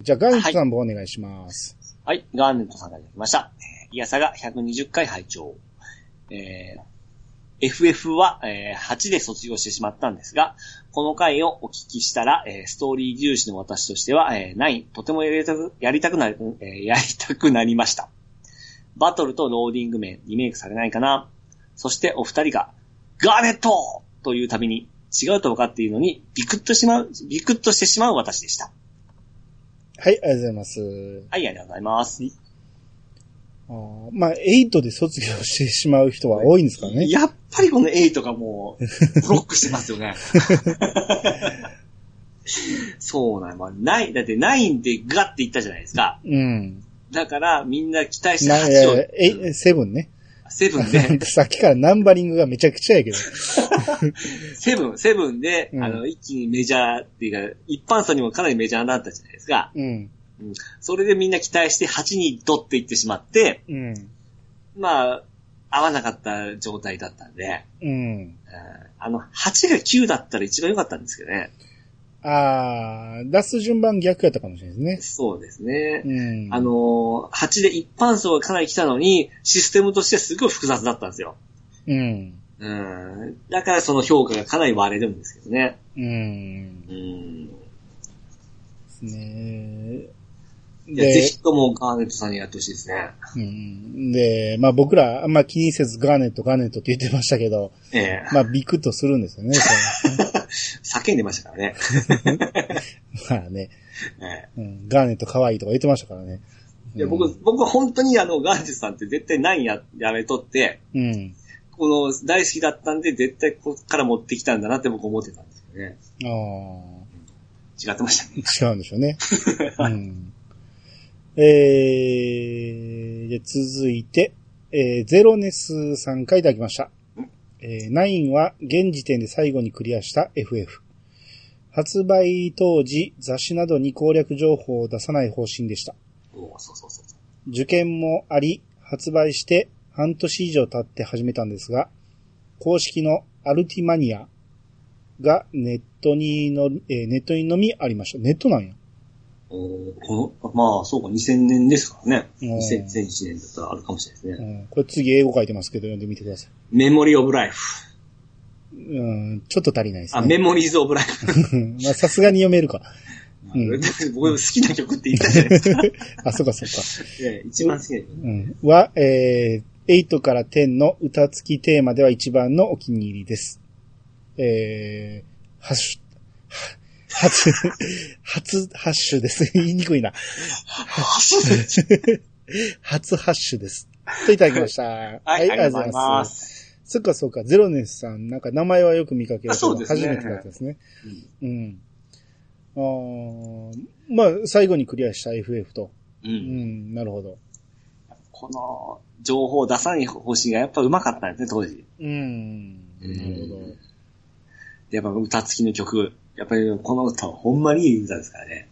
じゃあ、ガンツさんもお願いします。はい、ガーネットさんからいただきました。えーイヤサが120回拝聴。えー FF は、えー8で卒業してしまったんですが、この回をお聞きしたら、えーストーリー重視の私としては、えーない、とてもやりたく、やりたくなる、えーやりたくなりました。バトルとローディング面、リメイクされないかな。そしてお二人が、ガーネットというたびに、違うと分かっているのに、ビクッとしまう、ビクッとしてしまう私でした。はい、ありがとうございます。はい、ありがとうございます。あーまあ、8で卒業してしまう人は多いんですからね。やっぱりこの8がも う、ブロックしてますよね。 そうなんまあ、ない、だって9でガッていったじゃないですか。うん。だから、みんな期待してな、え8を、ー、7ね。 7なん で、か さっきからナンバリングがめちゃくちゃやけど。 7、7で、うんあの、一気にメジャーっていうか、一般層にもかなりメジャーになったじゃないですか。うん。それでみんな期待して8にドっていってしまって、うん。まあ、合わなかった状態だったんで、うん。うんあの、8が9だったら一番良かったんですけどね。あー、出す順番逆やったかもしれないでそうですねす。ね。うん。あ、のー、8で一般層がかなり来たのに、システムとしてすごい複雑だったんですよ。うん。うん。だからその評価がかなり割れるんですけどね。うん。うでん。すね。いや、ぜひともガーネットさんにやってほしいですね。うんで、まあ僕らあんま気にせずガーネットガーネットって言ってましたけど、ええまあビクッとするんですよ ね。そ叫んでましたからね。のまあね、えうえん、ガーネット可愛いとか言ってましたからね。いや僕、僕は本当にあの、ガーネットさんって絶対何や、やめとって、うん。この、大好きだったんで、絶対こっから持ってきたんだなって僕思ってたんですけどね。ああ。違って ました違ね。うんでしょう ね。うん、えー、で続いて、えー、ゼロネスさんからいただきました。えー、9は現時点で最後にクリアした FF。発売当時、雑誌などに攻略情報を出さない方針でした。おーそうそうそうそう。受験もあり、発売して半年以上経って始めたんですが、公式のアルティマニアがネットにの、えーネットにのみありました。ネットなんや。おーこの、まあ、そうか、2000年ですからね。うん2001年だったらあるかもしれないですね。うん、これ次英語書いてますけど読んでみてください。メモリーオブライフ。うん、ちょっと足りないですあ、ね。メモリーズオブライフ。 まあさすがに読めるか。うん 僕好きな曲って言ったじゃないですか。あ、そっかそっか。ええ一番好きな曲。うん、は、えー、8から10の歌付きテーマでは一番のお気に入りです。えー、ハッシュ、は初、初ハッシュです。言いにくいな。初ハッシュです。といただきました。はい、はい、ありがとうございま。す。そっかそっか、ゼロネスさん、なんか名前はよく見かけるけどあそうですね初めてだったですね。うん。あーまあ、最後にクリアした FF と。う。うんん、なるほど。この、情報を出さない方針がやっぱうまかったんですね、当時。うん。なるほうんやっぱ歌付きの曲。やっぱりこの歌はほんまにいい歌ですからね。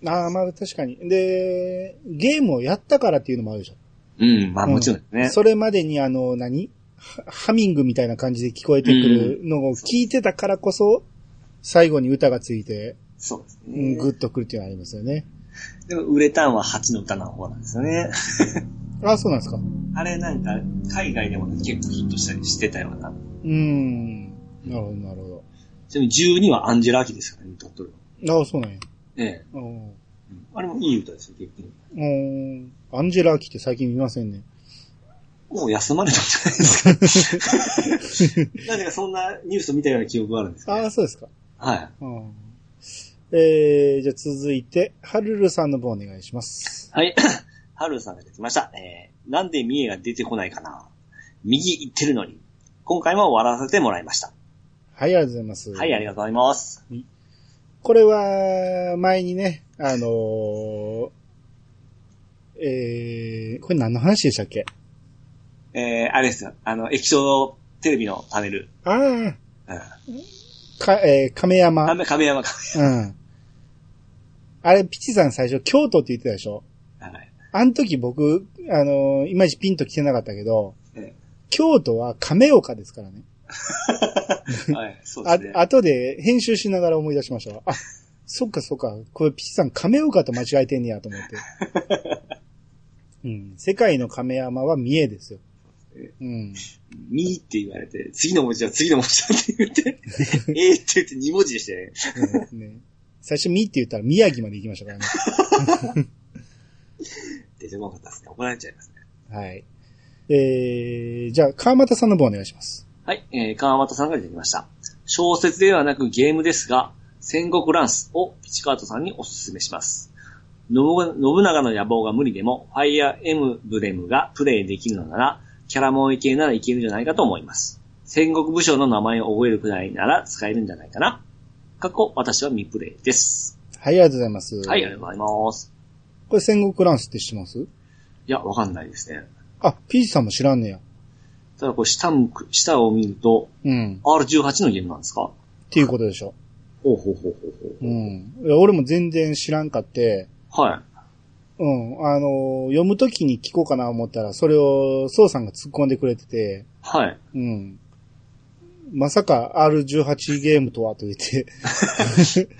ど。ああ、まあ確かに。で、ゲームをやったからっていうのもあるでしょ。うん、まあもちろんですね。それまでにあの、何ハハミングみたいな感じで聞こえてくるのを聞いてたからこそ、最後に歌がついて、そうですうねん、。グッとくるっていうのはありますよね。でも、ウレタンは8の歌の方なんですよね。ああ、そうなんですか。あれなんか、海外でも結構ヒットしたりしてたような。うん。なるほど、なるほちなみに12はアンジェラ・アキですからね、歌っとるど。ああ、そうなんや。の。ええ。うんうんあれもいい歌ですよ、結局。うーん。アンジェラ・アキって最近見ませんね。もう休まれたんじゃないですか。 なぜかそんなニュースを見たような記憶があるんですけど、ああ、そうですか。はい。うん。えー、じゃあ続いて、ハルルさんの方お願いします。はい。 ハルさんが出てきました。えー、なんで三重が出てこないかな右行ってるのに。今回も笑わせてもらいました。はい、ありがとうございます。はい、ありがとうございます。これは、前にね、あのー、えー、これ何の話でしたっけえー、あれですよ。あの、液晶テレビのパネル。あうん。あ、か、えー、亀山。亀亀山か。うん。あれ、ピチさん最初、京都って言ってたでしょはい。 あの時僕、あのーいまいちピンと来てなかったけど、え京都は亀岡ですからね。えはい、そうであすね、。後で編集しながら思い出しましたわ。あ、 そっかそっか。これ、ピッチさん、亀岡と間違えてんねやと思って。 うん。世界の亀山は三重ですよ。うん。みーって言われて、次の文字は次の文字だって言って、えーって言って2文字でしたね。うんね、最初、みって言ったら宮城まで行きましたからね。出てこなかったですね。怒られちゃいますね。はい。えー、じゃあ、川又さんの方お願いします。はい、えー、川又さんが出てきました。小説ではなくゲームですが、戦国乱世をピチカートさんにお勧めします。信信長の野望が無理でも、ファイアーエムブレムがプレイできるのなら、キャラモン系ならいけるんじゃないかと思います。戦国武将の名前を覚えるくらいなら使えるんじゃないかな。過去、私は未プレイです。はい、ありがとうございます。はい、ありがとうございます。これ、戦国乱世って知ってますいや、わかんないですね。あ、ピーチさんも知らんねや。ただこれ下向く、下を見ると、うん。 R18 のゲームなんですかっていうことでしょ。ほうほうほうほううほう。ん。いや俺も全然知らんかって、はい。うん。あのー読むときに聞こうかな思ったら、それを、そうさんが突っ込んでくれてて、はい。うん。まさか R18 ゲームとはと言って、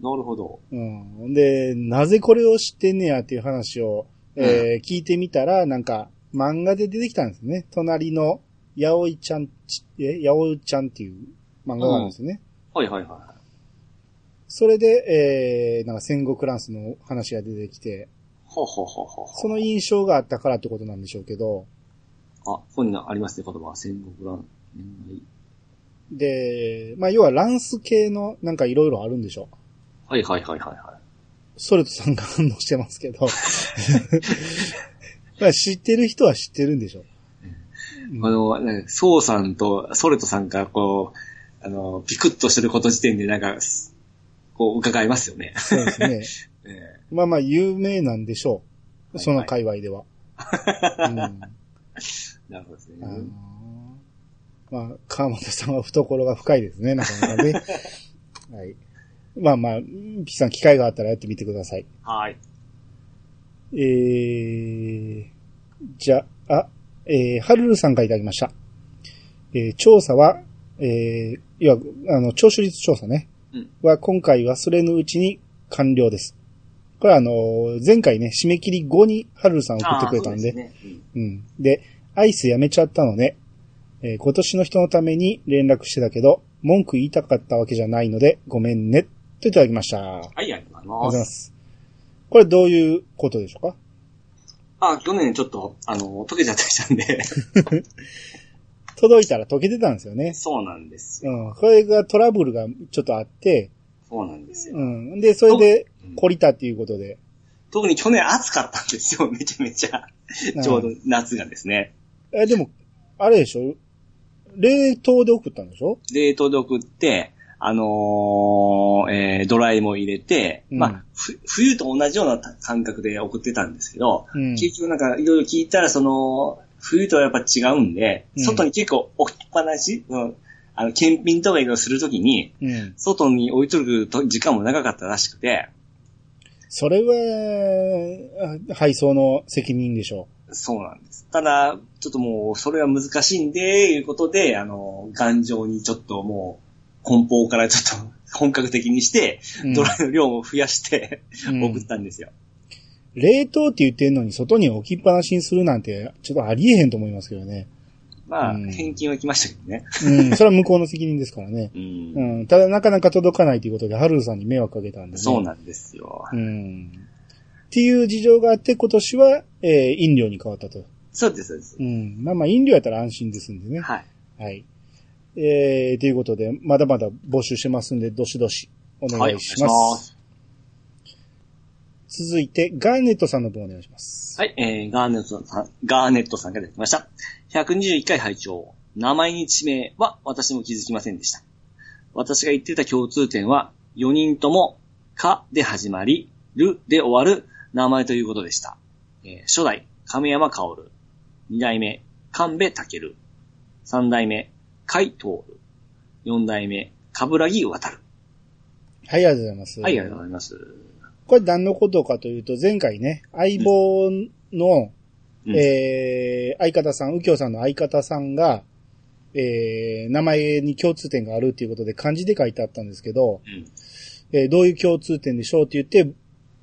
なるほど。うん。で、なぜこれを知ってんねやっていう話を、えー聞いてみたら、なんか、漫画で出てきたんですね。隣の、やおいちゃんち、え、やおいちゃんっていう漫画なんですね。はいはいはそれで、えー、なんか戦国乱世の話が出てきて、い。ほうほうほうほうほう。その印象があったからってことなんでしょうけど、あ、ここにありますね、言葉。戦国乱、年で、まあ、要はランス系のなんかいろいろあるんでしょ代はいはいはいはいはソルトさんが反応してますけ ど。まあ知ってる人は知ってるんでしょい。あの、なんか、ソウさんとソレトさんが、こう、あの、ピクッとしてること時点で、なんか、すこう、伺いますよね。 そうですね。えまあまあ有名なんでしょう。はいその界隈では。 うんえなるほどですねあ。のーまあ、川本さんは懐が深いですね、なかなか ね。はい。まあまあ、ピさん機会があったらやってみてください。はい。えー、じゃあ、えー、はるるさんからいただきました。えー、調査は、えー、いわあの、聴取率調査ね。うんは、今回忘れぬうちに完了です。これはあのー、前回ね、締め切り後にはるるさん送ってくれたんで、あーそうすねうん。で、アイスやめちゃったのね。えー今年の人のために連絡してたけど、文句言いたかったわけじゃないので、ごめんね。といただきました。ありがとうはい、ありがとうごございざいまます。す。これどういうことでしょうかあ、去年ちょっと、あの、溶けちゃってきたんで。 届いたら溶けてたんですよね。そうなんですよ。うん。これがトラブルがちょっとあって、そうなんですよ。うん。で、それでうん懲りたっていうことで。特に去年暑かったんですよ、め ちゃめちゃ。ちょうど夏がですね。え、でも、あれでしょ冷凍で送ったんでしょ冷凍で送って、あのーえードライも入れて、うんまあ、ふ冬と同じような感覚で送ってたんですけど、うん。結局なんかいろいろ聞いたら、その、冬とはやっぱ違うんで、うん外に結構置きっぱなし、そのあの、検品とかいろいろするときに、うん。外に置いとると時間も長かったらしくて、それは、あ配送の責任でしょそうなんです。ただ、ちょっともう、それは難しいんで、いうことで、あの、頑丈にちょっともう、梱包からちょっと 本格的にして、うんドライの量も増やして、うん送ったんですよ。冷凍って言ってんのに外に置きっぱなしにするなんて、ちょっとありえへんと思いますけどね。まあ、うん返金は来ましたけどね。うん。それは向こうの責任ですからね。う。うんん。ただなかなか届かないということで、ハルルさんに迷惑かけたんで、ね。そうなんですよ。うん。っていう事情があって、今年は、えー飲料に変わったと。そうです、そうですう。ん。まあまあ、飲料やったら安心ですんでね。はい。はい。えー、ということで、まだまだ募集してますんで、どしどしおは願い、お願いいしします。ます。続いて、ガーネットさんの分お願いします。はい、えー、ガーネットさん、ガーネットさんが出てきました。121回拝聴名前に地名は私も気づきませんでした。私が言ってた共通点は、4人とも、かで始まり、るで終わる名前ということでした。えー初代、亀山薫。2代目、神戸武。3代目、海徹。4代目、冠城渡る。はい、ありがとうございます。はい、ありがとうございます。これ何のことかというと、前回ね、相棒の、うんえー、相方さん、右京さんの相方さんが、えー、名前に共通点があるっていうことで漢字で書いてあったんですけど、うんえーどういう共通点でしょうって言っ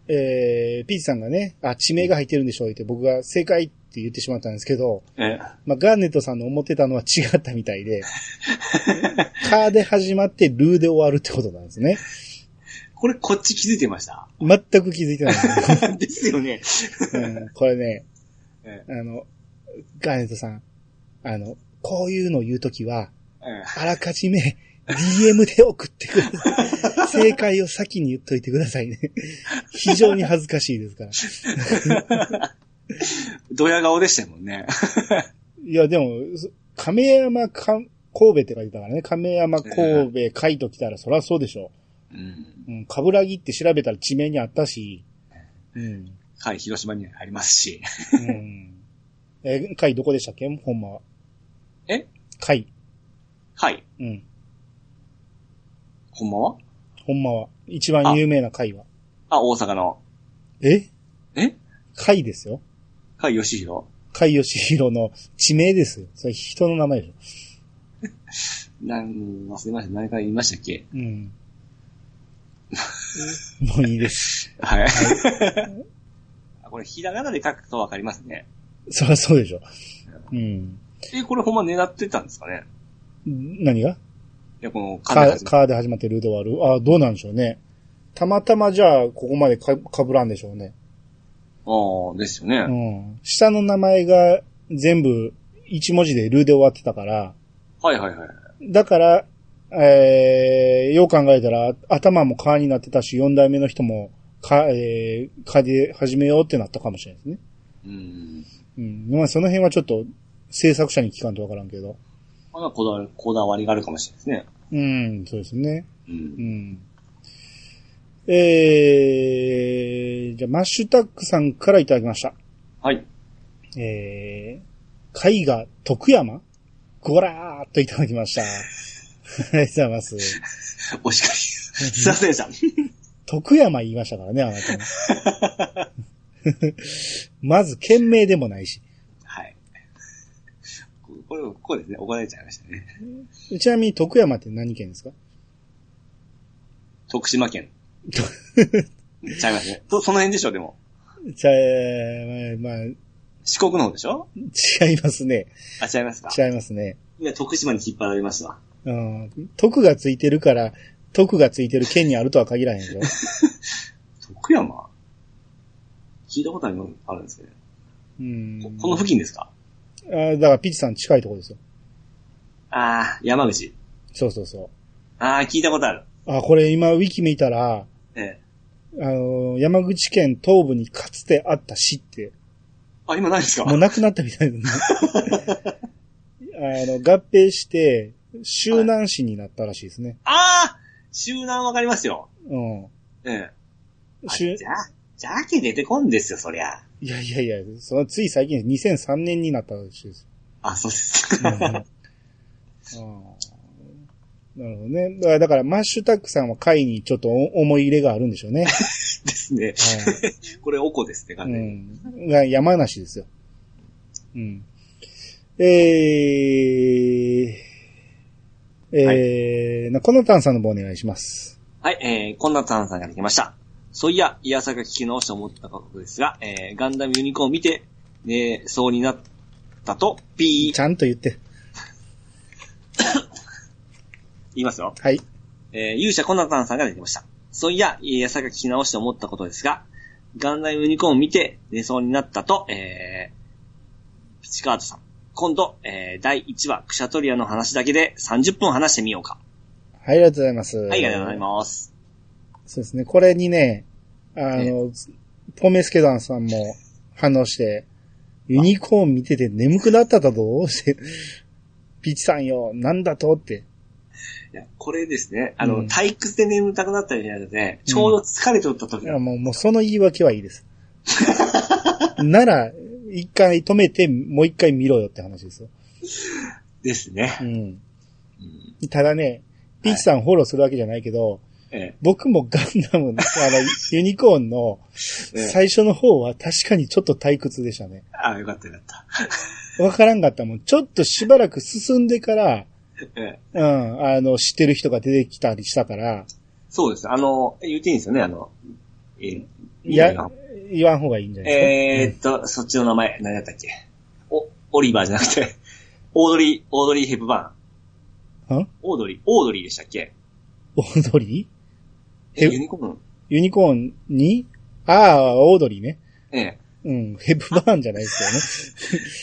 て、えー、ピーチさんがね、あ、地名が入ってるんでしょうって僕が正解って言ってしまったんですけど、えまあ、ガーネットさんの思ってたのは違ったみたいで、カーで始まってルーで終わるってことなんですね。これこっち気づいてました 全く気づいてない、ですよね。うんこれね、えあの、ガーネットさん、あの、こういうの言うときは、えあらかじめ DM で送ってください。正解を先に言っといてくださいね。非常に恥ずかしいですから。ドヤ顔でしたもんね。いや、でも、そ亀山か神戸って書いてたからね。亀山神戸書いときたらそらそうでしょうん。う。うん、かぶらぎって調べたら地名にあったし。うん。はい、広島にありますし。うん。え、会どこでしたっけほんまは。え会。はい、うん。ほんまはほんまは。一番有名な会は。あ、大阪の。ええ会ですよ。はい、吉弘。海義弘の地名ですよ。それ人の名前でしょ。なん、忘れました。何回言いましたっけうん。 もういいです。はい。 あこれ、ひらがなで書くとわかりますね。そりゃそうでしょ。うん。え、これほんま狙ってたんですかね何がいや、この、カカメーカーで始まってルーで終わる。あどうなんでしょうね。たまたまじゃあ、ここまでかかぶらんでしょうね。ああ、ですよね。うん。下の名前が全部一文字でルーで終わってたから、はいはいはい。だから、えー、よう考えたら、頭もカーになってたし、四代目の人も、か、えー、カーで始めようってなったかもしれないですね。ううん。ん。まあ、その辺はちょっと、制作者に聞かんとわからんけど。まだこだわり、こだわりがあるかもしれないですね。うん、そうですね。う。うんん。えー、じゃあ、マッシュタックさんからいただきました。はい。えー、絵画徳山ごらーっといただきました。ありがとうございます。お叱 り。すいませんでした。徳山言いましたからね、あなたね まず、県名でもないし。はい。ここれ、ここですね。怒られちゃいましたね。ちなみに徳山って何県ですか徳島県。ちゃいますね。そ、その辺でしょ、でも。じゃあ、えーまあ、四国の方でしょ違いますね。あ、違いますか違いますね。いや、徳島に引っ張られましたわ。うん。徳がついてるから、徳がついてる県にあるとは限らへんでしょ。徳山聞いたことあるのあるんですけど、うん。ここの付近ですかあだから、ピチさん近いところですよ。ああ、山口。そうそうそああ、聞いたことある。う。あ、これ今、ウィキ見たら、ええ。あのー山口県東部にかつてあった市って、あ、今ないですかもうなくなったみたいだね。あの、合併して、周南市になったらしいですね。ああ周南わかりますよ。えうえ。ん。あしゅじゃあ、じゃあけ出てこんですよ、そりゃ。いやいやいや、そのつい最近、2003年になったらしいです。あ、そうですうんか。なるほどね。だから、だからマッシュタックさんは会にちょっとお思い入れがあるんでしょうね。ですね。はいこれ、おこですね、完全に。うん。が山梨ですよ。うん。えー、えー、なこの炭酸の方お願いします。はい、えー、こんなタンさんが来ました。そういや、いやさが聞き直して思ったことですが、えー、ガンダムユニコーンを見て、ね、そうになったと、ピーち、ゃんと言って。言いますよ。はい。えー、勇者コナタンさんが出てました。そういや、えー、さが聞き直して思ったことですが、ガンダムユニコーンを見て寝そうになったと、えー、ピチカートさん。今度、えー、第1話、クシャトリアの話だけで30分話してみようか。はい、ありがとうございます。はい、ありがとうございます。す。そうですね。これにね、あの、ポメスケダンさんも反応して、ユニコーン見てて眠くなっただどうして、ピッチさんよ、なんだとって。いや、これですね、あの、うん退屈で眠たくなったりじゃなくて、ちょうど疲れとった時いのや、もう、もうその言い訳はいいです。なら、一回止めて、もう一回見ろよって話ですよ。ですね。うん。うんただね、ピーチさんフォローするわけじゃないけど、え僕もガンダムの、あの、ユニコーンのえええ最初の方は確かにちょっと退屈でしたね。あ、よかったよかった。わからんかったもん。ちょっとしばらく進んでから、ええうん、あの、知ってる人が出てきたりしたから、そうです。あの、言っていいんですよね、あの、えーいや、言わん方がいいんじゃないえーでっと、そっちの名前、何だったっけお、オリバーじゃなくて、 オードリー、オードリー・ヘプバすか。んーン。オードリー、オードリーでしたっけオードリーえ、えユニコーンユニコーンにああ、オードリーね。ええ。うん、ヘブバーンじゃないです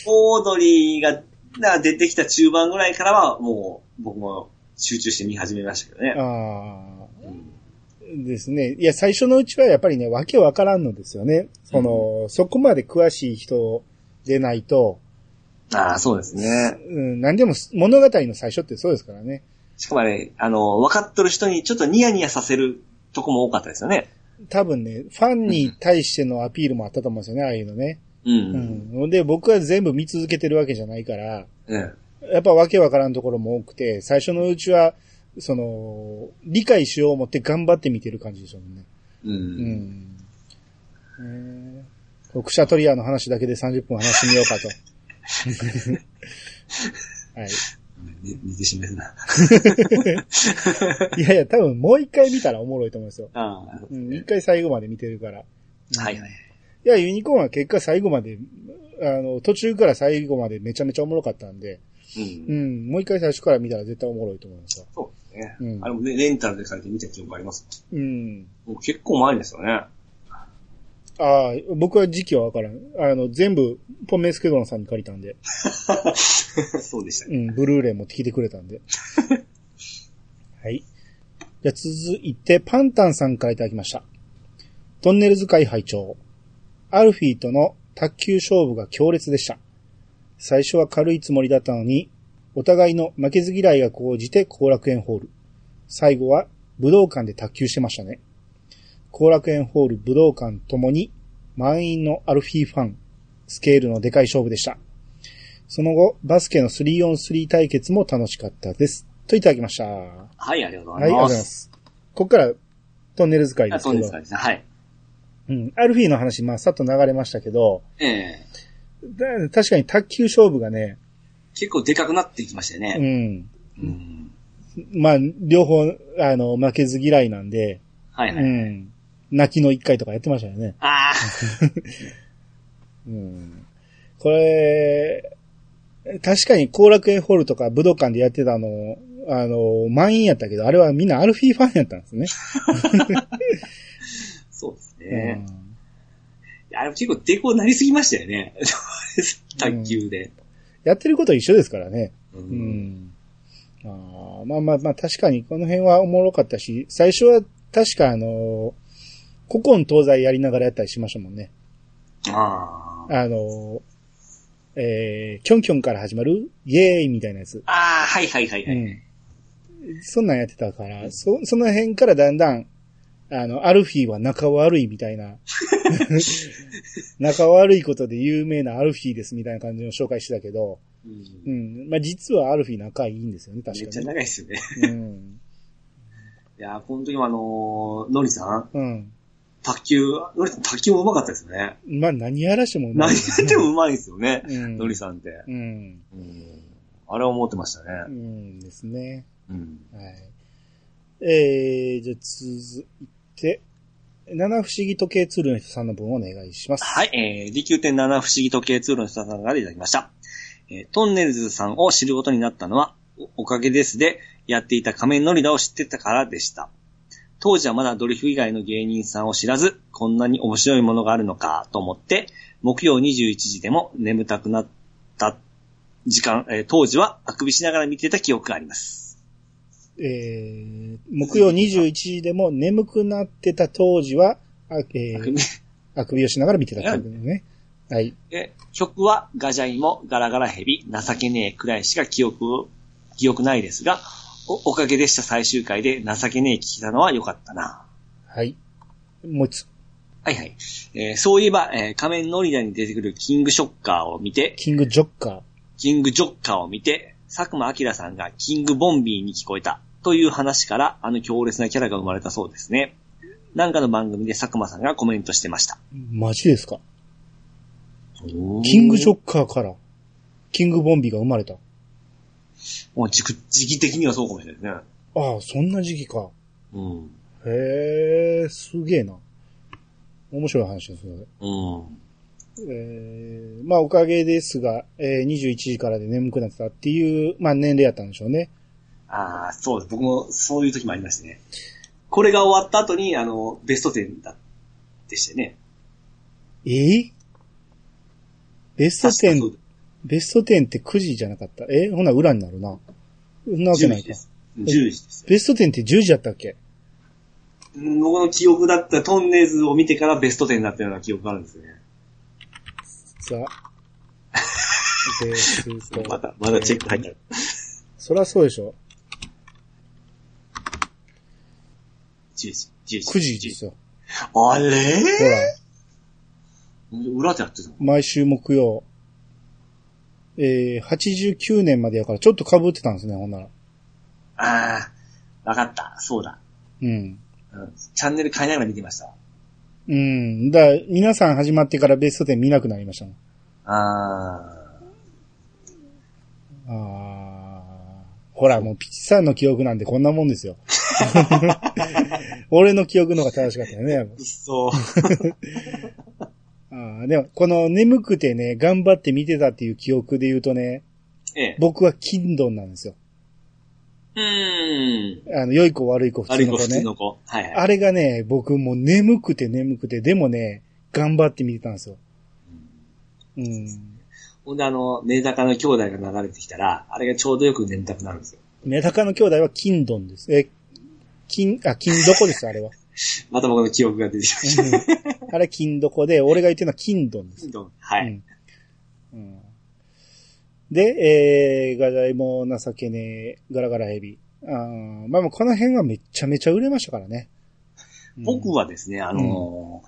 オードリーが、な、出てきた中盤ぐらいからは、もう、僕も集中して見始めましたけ どよね。ね。ああ、うんですね。いや、最初のうちはやっぱりね、わけわからんのですよね。その、そこまで詳しい人でないと、ああ、そうですね。うん、何でもす物語の最初ってそうですからね。しかもあれ、あの、分かっとる人にちょっとニヤニヤさせるとこも多かったですよね。多分ね、ファンに対してのアピールもあったと思うんですよね、ああいうのね。うん。ううん。ん。で、僕は全部見続けてるわけじゃないから、うん。やっぱわけわからんところも多くて、最初のうちは、その、理解しよう思って頑張って見てる感じでしょうね。う。うんん。えー、これクシャトリアの話だけで30分話してみよう かと。はい。寝寝てしまうな。いやいや、多分もう一回見たらおもろいと思うんですよ。ああ、うん、一回最後まで見てるから。はいはい。いや、ユニコーンは結果最後まで、あの、途中から最後までめちゃめちゃおもろかったんで、うんう。ん、もう一回最初から見たら絶対おもろいと思いますよ。そうですね。うんあれもね、レンタルで借りて見た記憶ありますうん。もう結構前ですよね。ああ、僕は時期はわからん。あの、全部、ポンメスケドロンさんに借りたんで、そうでしたね。うん、ブルーレイ持ってきてくれたんで。はい。じゃあ続いて、パンタンさんからいただきました。トンネルズ会拝聴アルフィーとの卓球勝負が強烈でした。最初は軽いつもりだったのに、お互いの負けず嫌いが高じて後楽園ホール。最後は武道館で卓球してましたね。後楽園ホール武道館ともに満員のアルフィーファン、スケールのでかい勝負でした。その後、バスケの 3on3 対決も楽しかったです。といただきました。ははい、ありがとうごい、あざりがとういま。ございますす。ここからトンネル使いであ、すそうけでどす、かですね。はい。うん、アルフィーの話、まあ、さっと流れましたけど、ええだ確かに卓球勝負がね、結構でかくなってきましたようね。ん、うん。まあ、両方、あの、負けず嫌いなんで、はいはうい。ん、泣きの一回とかやってましたよね。ああ、うんこれ、確かに後楽園ホールとか武道館でやってたの、あの、満員やったけど、あれはみんなアルフィーファンやったんですね。そうですうね。んあれも結構抵抗なりすぎましたよね。卓球で。やってること一緒ですからね。うう。んあーまあまあまあ、確かにこの辺はおもろかったし、最初は確かあの、古今東西やりながらやったりしましたもんね。ああ。あの、えー、キョンキョンから始まるイエーイみたいなやつ。ああ、はいはいはいはうい。ん。そんなんやってたから、そ、その辺からだんだん、あの、アルフィーは仲悪いみたい な、仲悪いことで有名なアルフィーですみたいな感じの紹介してたけど、うんうん。まあ、実はアルフィー仲いいんですよね、めっ確ちかゃに。長いですよね。うん。いやー、この時もあのー、ノリさん、うん。卓球、ノリさん卓球も上手かったですよね。まあ、何やらしてもうまい何やっても上手いですよね。うん。ノリさんって。うん。うん。あれは思ってましたうね。んですね。うん。はい。えー、じゃあ続いて、七不思議時計ツールの人さんの分をお願いします。はい、えー、D9.7 不思議時計ツールの人さんからいただきました。えー、トンネルズさんを知ることになったのは、おおかげですで、やっていた仮面ノリダを知ってたからでした。当時はまだドリフ以外の芸人さんを知らず、こんなに面白いものがあるのかと思って、木曜21時でも眠たくなった時間、えー当時はあくびしながら見てた記憶があります。えー木曜21時でも眠くなってた当時は、あ,、えあくーびあくびをしながら見てた感じね。はい。で曲はガジャイモ、ガラガラヘビ、情けねえくらいしか記憶を、記憶ないですが、おおかげでした最終回で情けねえ聞いたのは良かったな。はい。もう一つ、はいはい。えーそういえば、えー仮面ノリダに出てくるキングショッカーを見て、キングジョッカキングジョッカーを見て、佐久間明さんがキングボンビーに聞こえたという話からあの強烈なキャラが生まれたそうですね。なんかの番組で佐久間さんがコメントしてました。ー。マジですかキングジョッカーから、キングボンビーが生まれた。あもう時期時期的にはそうかもしれないですね。あ、そんな時期か。うん。へへえ、すげえな。面白い話ですね。うん。えーまあおかげですが、えー21時からで眠くなってたっていう、まあ年齢やったんでしょうね。ああ、そうです。僕もそういう時もありましてね。これが終わった後に、あの、ベスト10だ、でしてね。えーベスト確かそう10、ベスト10って9時じゃなかった。えほな裏になるな。そんなわけ10ない時かで。す。10時です。ベスト10って10時やったっけうん僕の記憶だったらトンネルズを見てからベスト10になったような記憶があるんですよね。ザ。 ベスト10また、まだチェック入った。そりゃそうでしょ。 10時、10 9時ですよ。あほれら。裏でやってたの毎週木曜。えー、89年までやから、ちょっと被ってたんですね、ほんなら。ああ、わかった。そうだ。うん。うんチャンネル変えながら見てましたわ。うん。だから皆さん始まってからベスト10見なくなりましたもん。ああ、あーほら、もうピチさんの記憶なんてこんなもんですよ。俺の記憶の方が正しかったよね。うっそ。あーでも、この眠くてね、頑張って見てたっていう記憶で言うとね、ええ。僕はキンドンなんですよ。うーん。あの、良い子悪い子普あ通れの子、子普ね通。の子。はいはい。あれがね、僕もう眠くて眠くて、でもね、頑張って見てたんですよ。うん。ほんで、あの、メダカの兄弟が流れてきたら、あれがちょうどよく眠たくなるんですよ。メダカの兄弟は金ドンです。え、金、あ、金どこです、あれは。また僕の記憶が出てきましうんあれ金どこで、俺が言ってるのは金ドンです。た。はうい。んうんで、えー、ガジャイも情けねえ、ガラガラヘビ。あーまあまあ、この辺はめちゃめちゃ売れましたからね。うん僕はですね、あの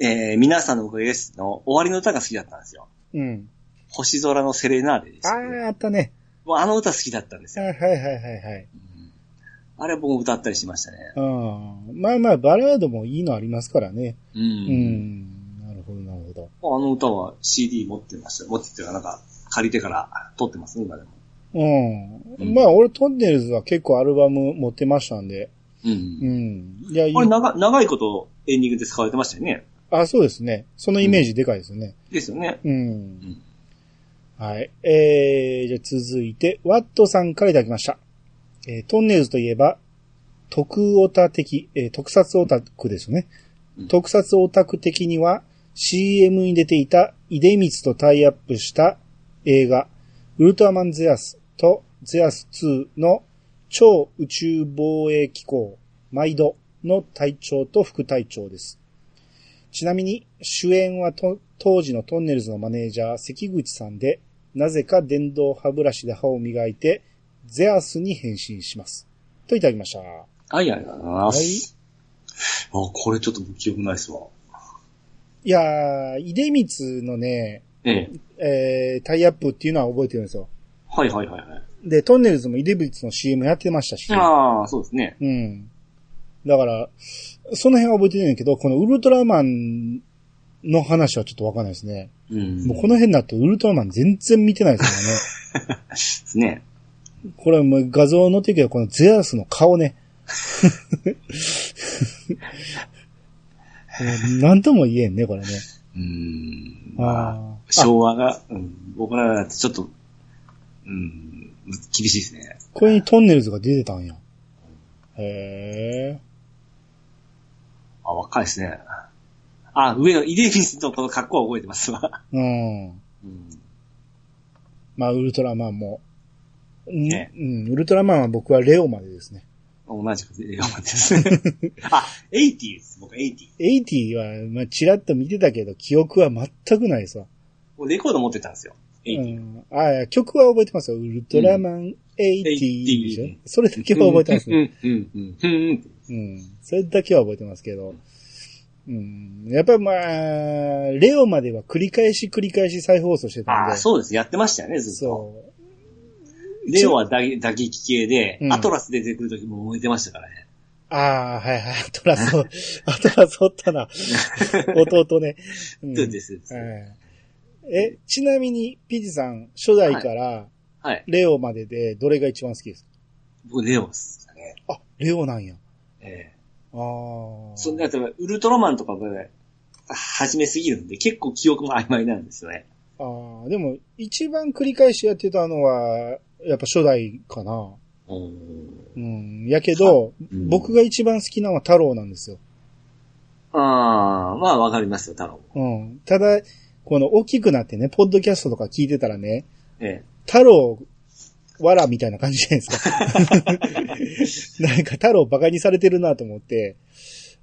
ー、えー皆さんのおかげですの、終わりの歌が好きだったんですよ。うん。星空のセレナーデでしあた、あ、あったね。もうあの歌好きだったんですあよ。はいはいはいはい。うんあれ僕も歌ったりしましたね。うんまあまあ、バラードもいいのありますからね。う。うんん。なるほど、なるほど。あの歌は CD 持ってました。持ってっていうか、なんか、借りてから撮ってますね、今でも。ううんん。まあ、俺、トンネルズは結構アルバム持ってましたんで。う。うんん。いや、いいこれ長長いことエンディングで使われてましたよね。あ、そうですね。そのイメージでかいですね。ですよね。うん。んはい。えー、じゃあ続いて、ワットさんからいただきました。えートンネルズといえば、特オタ的、えー特撮オタクですね。うん特撮オタク的には、CM に出ていた、イデミツとタイアップした映画、ウルトラマンゼアスとゼアス2の超宇宙防衛機構、マイドの隊長と副隊長です。ちなみに、主演はと当時のトンネルズのマネージャー、関口さんで、なぜか電動歯ブラシで歯を磨いて、ゼアスに変身します。といただきました。はいはいはい。あ、いこれちょっと記憶ないっすわ。いやー、出光のね、ええ。えー、タイアップっていうのは覚えてるんですよ。はいはいはいはい。で、トンネルズも出光の CM やってましたし。ああ、そうですね。うん。だから、その辺は覚えてないんだけど、このウルトラマンの話はちょっとわかんないですね。うん。もうこの辺になってウルトラマン全然見てないですからね。ですね。これはもう画像の時はこのゼアスの顔 ね。何とも言えんね、これね。うん。まあ、あーあ、昭和が、うん、僕らだとちょっと、うん、厳しいですね。これにトンネルズが出てたんや。へえ。あ、若いですね。あ、上のイデミスのこの格好は覚えてますわ。うん。うん。まあ、ウルトラマンも。うんねうん、ウルトラマンは僕はレオまでですね。同じく映画も ですね。あ、80です。僕80。 80は、まあ、ちらっと見てたけど、記憶は全くないですわ。僕レコード持ってたんですよ。う80。ん、ああ、曲は覚えてますよ。ウルトラマン80でしょ、 80それだけは覚えてますね。ね。うん、うん、うんうん。うんうん。それだけは覚えてますけど。うん。やっぱりまあ、レオまでは繰り返し繰り返し再放送してたんあで。あ、そうです。やってましたよね、ずっと。そレオは打撃打撃系で、うんアトラス出てくる時も燃えてましたからね。う。ああ、はいはい。アトラス を、アトラスおったな。弟ね。うんそうです。そうですはいえ、ちなみに、ピジさん、初代からはい。レオまででどれが一番好きですか、僕、レオですかね。あ、レオなんや。ええああ。そんな、例えば、ウルトラマンとかもね始めすぎるんで、結構記憶も曖昧なんですよね。ああ、でも、一番繰り返しやってたのは、やっぱ初代かな。うん。やけど、うん僕が一番好きなのは太郎なんですよ。ああ、まあわかりますよ、太郎。うん。ただ、この大きくなってね、ポッドキャストとか聞いてたらね、え太郎、わらみたいな感じじゃない ですか。なんか太郎バカにされてるなと思って、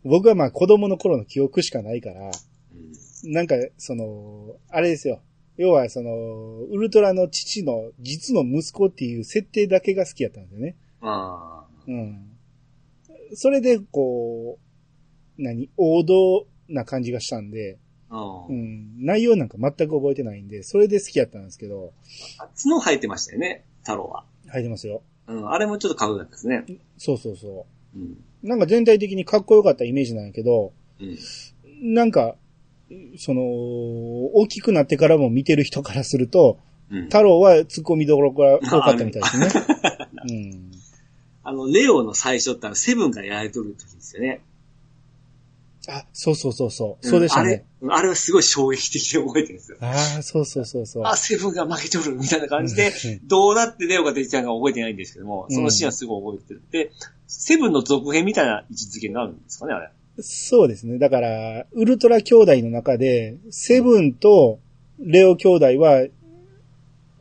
僕はまあ子供の頃の記憶しかないから、え。うんなんか、その、あれですよ。要は、その、ウルトラの父の実の息子っていう設定だけが好きやったんだよね。ああ、うん。それで、こう、何王道な感じがしたんで、あうん。内容なんか全く覚えてないんで、それで好きやったんですけど、あ。角生えてましたよね、太郎は。入ってますよ。うん、あれもちょっとかっこよかったですね。そうそうそうん。う。なんか全体的にかっこよかったイメージなんやけど、うん。なんか、その、大きくなってからも見てる人からすると、うん。太郎は突っ込みどころが多かったみたいです ね。うん。あの、レオの最初ってあの、セブンがやられとる時ですよね。あ、そうそうそうそう。そうでしたね。うんあれ、あれはすごい衝撃的で覚えてるんですよ。ああ、そうそうそうそう。あ、セブンが負けとるみたいな感じで、うんどうなってレオが出ちゃうか覚えてないんですけども、そのシーンはすごい覚えてる。で、セブンの続編みたいな位置づけになるんですかね、あれ。そうですね。だから、ウルトラ兄弟の中で、セブンとレオ兄弟は、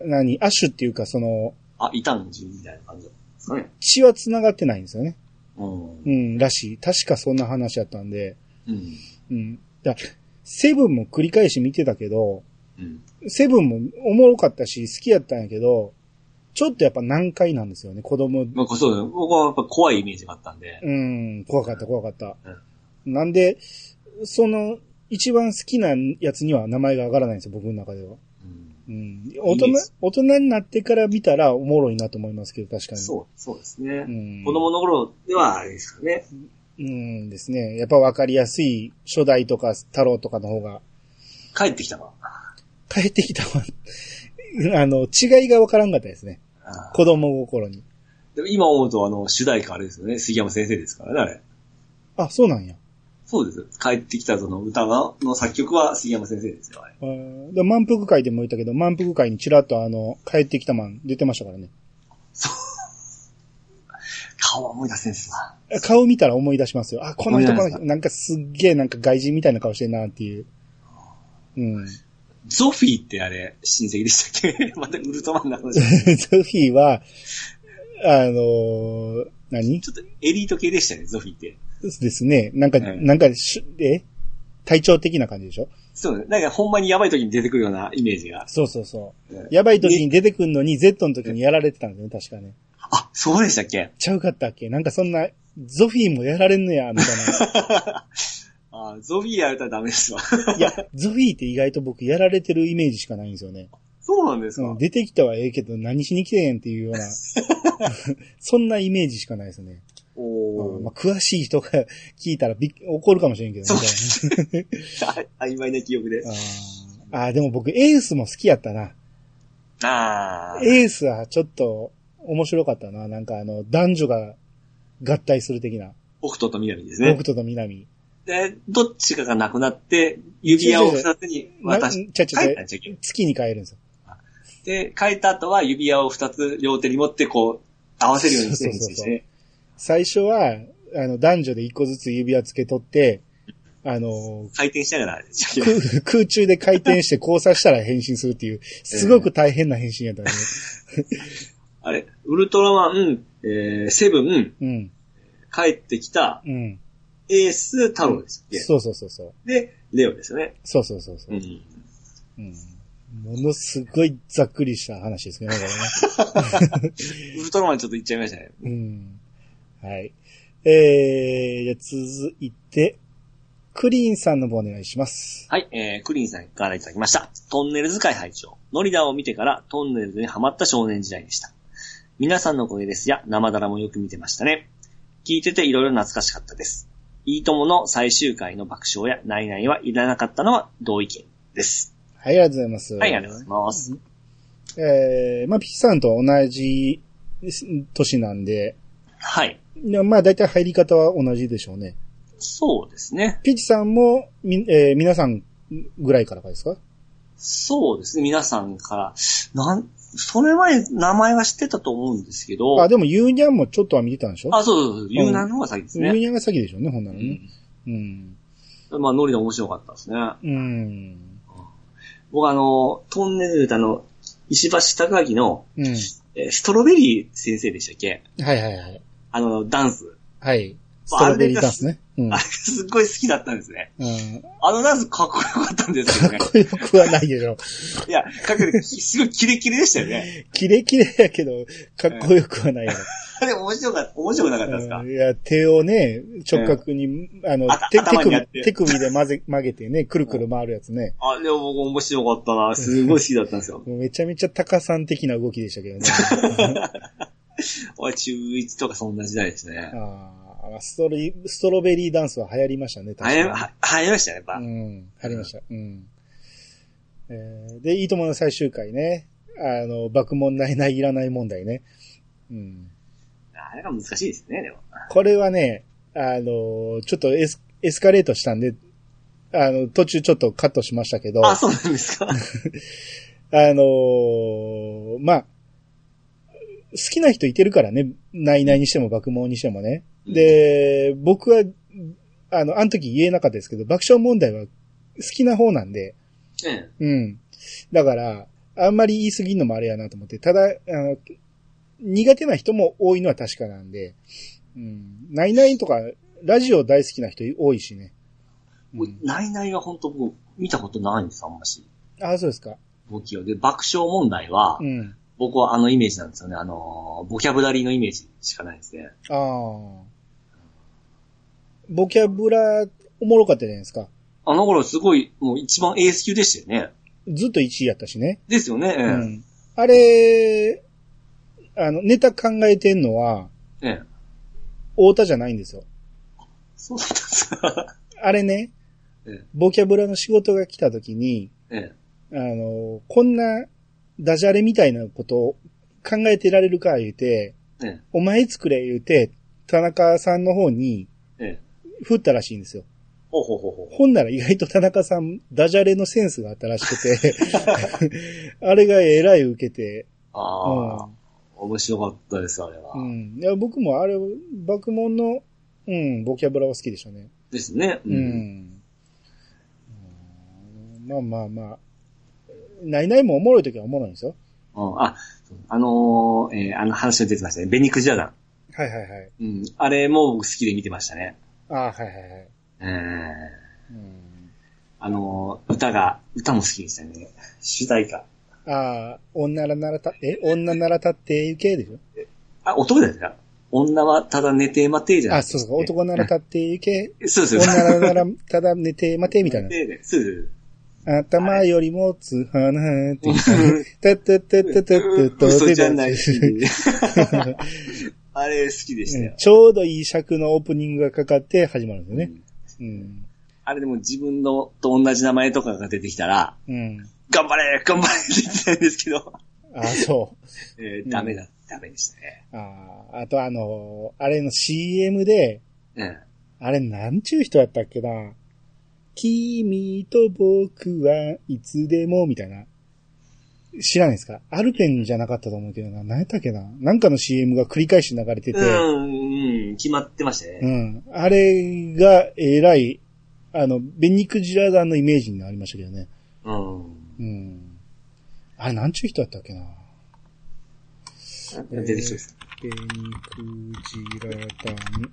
何、アッシュっていうか、その、あ、異端児みたいな感じだったんですかね。血は繋がってないんですよね。うん。ううん、らしい。確かそんな話やったんで。ん。うん。だセブンも繰り返し見てたけど、うん。セブンもおもろかったし、好きやったんやけど、ちょっとやっぱ難解なんですよね、子供まあ、こうそうだね僕はやっぱ怖いイメージがあったんで。うん、怖かった、怖かった。なんで、その、一番好きなやつには名前が上がらないんですよ、僕の中では。ううんん。大人いいです大人になってから見たらおもろいなと思いますけど、確かに。そう、そうですうね。ん。子供の頃ではあれですかね。うんですね。やっぱ分かりやすい初代とか太郎とかの方が、帰ってきたわ。帰ってきたわ。 あの、違いが分からんかったですね。あー子供心に。でも今思うと、あの、主題歌あれですよね。杉山先生ですからね、あれ。あ、そうなんや。そうですよ。帰ってきた後の歌のの作曲は杉山先生ですよ、あれ。あーで満腹会でも言ったけど、満腹会にちらっとあの、帰ってきたマン出てましたからね。顔は思い出せんっすわ。顔見たら思い出しますよ。あ、この人、思こいの出し人、まなんかすっげえなんか外人みたいな顔してんなっていう。うん。ゾフィーってあれ、親戚でしたっけ またウルトラマンの話。 ゾフィーは、あのー何ちょっとエリート系でしたね、ゾフィーって。ですね。なんか、うんなんかしゅ、え体調的な感じでしょそうね。なんかほんまにやばい時に出てくるようなイメージが。そうそうそう。うんやばい時に出てくんのに、Z の時にやられてたんだよね、確かね。あ、そうでしたっけちゃうかったっけなんかそんな、ゾフィーもやられんのや、みたいな。あゾフィーやられたらダメですわ。 いや、ゾフィーって意外と僕やられてるイメージしかないんですよね。そうなんですか、うん出てきたはええけど何しに来てんっていうような、 そんなイメージしかないですね。うおー んまあ、詳しい人が聞いたらびっ怒るかもしれんけどそうねで。すね。あ曖昧な記憶で。あーあー、でも僕エースも好きやったな。ああ。エースはちょっと面白かったな。なんかあの、男女が合体する的な。北斗と南です北ね。斗と南。で、どっちかがなくなって、指輪を二つに渡しなちゃちゃ帰っちたゃんちゃいけない月に帰るんですよ。で、書いた後は指輪を二つ両手に持って、こう、合わせるようにしてるんですよね。最初は、あの、男女で一個ずつ指輪つけとって、あの、回転しながらでしたっけ、空空中で回転して交差したら変身するっていう、すごく大変な変身やったね。あれ、ウルトラマン、えー、セブン、 うん、帰ってきた、うん。エース、太郎でしたっけ、そうそうそうそう。で、レオですよね。そうそうそうそうう、ん。うん。ものすごいざっくりした話ですけどね、こウルトラマンちょっと言っちゃいましたね。れね。うん。はい。えー、じゃあ続いて、クリーンさんの方お願いします。はい、えー、クリーンさんからいただきました。トンネルズ会拝聴ノリダを見てからトンネルズにハマった少年時代でした。皆さんのおかげですや、生だらもよく見てましたね。聞いてていろいろ懐かしかったです。いいともの最終回の爆笑やナイナイはいらなかったのは同意見です。はい、ありがとうございます。はい、ありがとうございます。えー、まあ、ピッチさんと同じ年なんで、はい。でまあ、大体入り方は同じでしょうね。そうですね。ピッチさんも、み、えー皆さんぐらいからかですかそうですね。皆さんから、なん、それ前名前は知ってたと思うんですけど、あ、でもユーニャンもちょっとは見てたんでしょあ、そうそうそう、ユーナの方が先ですユーね。ニャンが先でしょうね、ほんならうね。んうん。まあ、ノリの面白かったですね。うん。僕あの、トンネル歌の石橋貴明の、うん。えーストロベリー先生でしたっけはいはいはい。あの、ダンス。はい。ストロベリーダンスね。うんあ。れ、すっごい好きだったんですね。うんあのダンスかっこよかったんで すよね。かっこよくはないでしょ。いや、かっこよくて、すごいキレキレでしたよね。キレキレやけど、かっこよくはないよ。あれ、面白かった、面白くなかったですかうんいや、手をね、直角に、あの、あ手手頭にやって首、手首で 混ぜ、曲げてね、くるくる回るやつね。あ、でも僕面白かったな。すごい好きだったんですよ。もうめちゃめちゃ高さん的な動きでしたけどね。 俺、中1とかそんな時代ですね。ああ、ストロリ、ストロベリーダンスは流行りましたね、はや、ははやりましたね、やっぱ。うん、ありました。うん。えーで、いいともの最終回ね。あの、爆問ないないいらない問題ね。うん。あれが難しいですね、でも。これはね、あの、ちょっとエスエスカレートしたんで、あの、途中ちょっとカットしましたけど、あ、あそうなんですか。の、まあ、好きな人いてるからね、ないないにしても爆問にしてもね。で、僕は、あの、あの時言えなかったですけど、爆笑問題は好きな方なんで、うん。うん。だから、あんまり言い過ぎるのもあれやなと思って、ただ、あの、苦手な人も多いのは確かなんで、うん。ナイナイとか、ラジオ大好きな人多いしね。う、もうんナイナイは本当僕、見たことないんです、あんまし。あ、そうですか。ボキオで、爆笑問題は、うん。僕はあのイメージなんですよね。あのー、ボキャブラリーのイメージしかないですね。ああ。ボキャブラ、おもろかったじゃないですか。あの頃すごい、もう一番エース級でしたよね。ずっと1位やったしね。ですよね。ええうん。あれ、あの、ネタ考えてんのは、ええ太田じゃないんですよ。そうだったんですか。 あれねええ、ボキャブラの仕事が来た時に、ええあの、こんなダジャレみたいなことを考えてられるか言うて、ええお前作れ言うて、田中さんの方にええ振ったらしいんですよ。ほうほうほうほう。ほんなら意外と田中さん、ダジャレのセンスがあったらしく て、あれがえらい受けて、ああ、面白かったです、あれは。うん。いや、僕もあれ、爆問の、うん、ボキャブラは好きでしたね。ですね。うん。うんまあまあまあ。ないないもおもろい時はおもろいんですよ。うんあ、あのー、えーあの話が出てましたね。ベニクジラ団。はいはいはい。うん。あれも僕好きで見てましたね。ああ、はいはいはい。えー、うんあのー、歌が、歌も好きでしたね。主題歌。ああ、女らならた、え、女ならたって行けでしょあ、男ですか女はただ寝て待てじゃないあ、そうそう、男ならたって行け、そうそう。女らならただ寝て待てみたい な。でそうそう頭よりもつはなってそう。たったったったったった 嘘じゃないしう。あれ好きでしたよん。ちょうどいい尺のオープニングがかかって始まるんですよね。うん。あれでも自分のと同じ名前とかが出てきたら、うん。頑張れ頑張れって言ってたんですけど、あ、そえうーんダメだ、ダメでしたね。う。ああ、あとあのーあれの CM で、うん。あれ、なんちゅう人やったっけな。君と僕はいつでも、みたいな。知らないですかアルペンじゃなかったと思うけどな。何やったっけななんかの CM が繰り返し流れてて。うん、うん、決まってましたうね。ん。あれが、えらい、あの、ベニクジラ団のイメージになりましたけどね。うん。うん。あれ、なんちゅう人やったっけな出てきそうです。ベニクジラ団。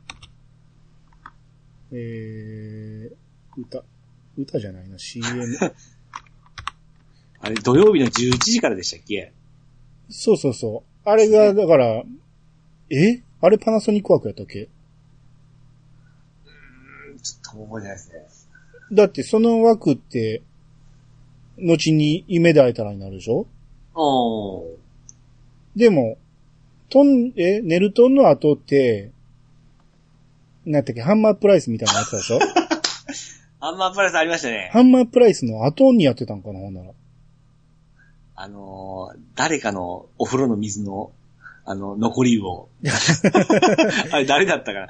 えー、歌。歌じゃないな、CM。あれ、土曜日の11時からでしたっけそうそうそう。あれが、だから、えあれパナソニックワークやったっけちょっと覚えてないですね。だってその枠って、後に夢で会えたらになるでしょおー。でも、トン、え、ネルトンの後って、なんやったっけ、ハンマープライスみたいなのやつだでしょアンマープラスありましたね。ハンマープライスの後にやってたんかな、ほんなら。あのー、誰かのお風呂の水のあの、残り を。あれ誰だったか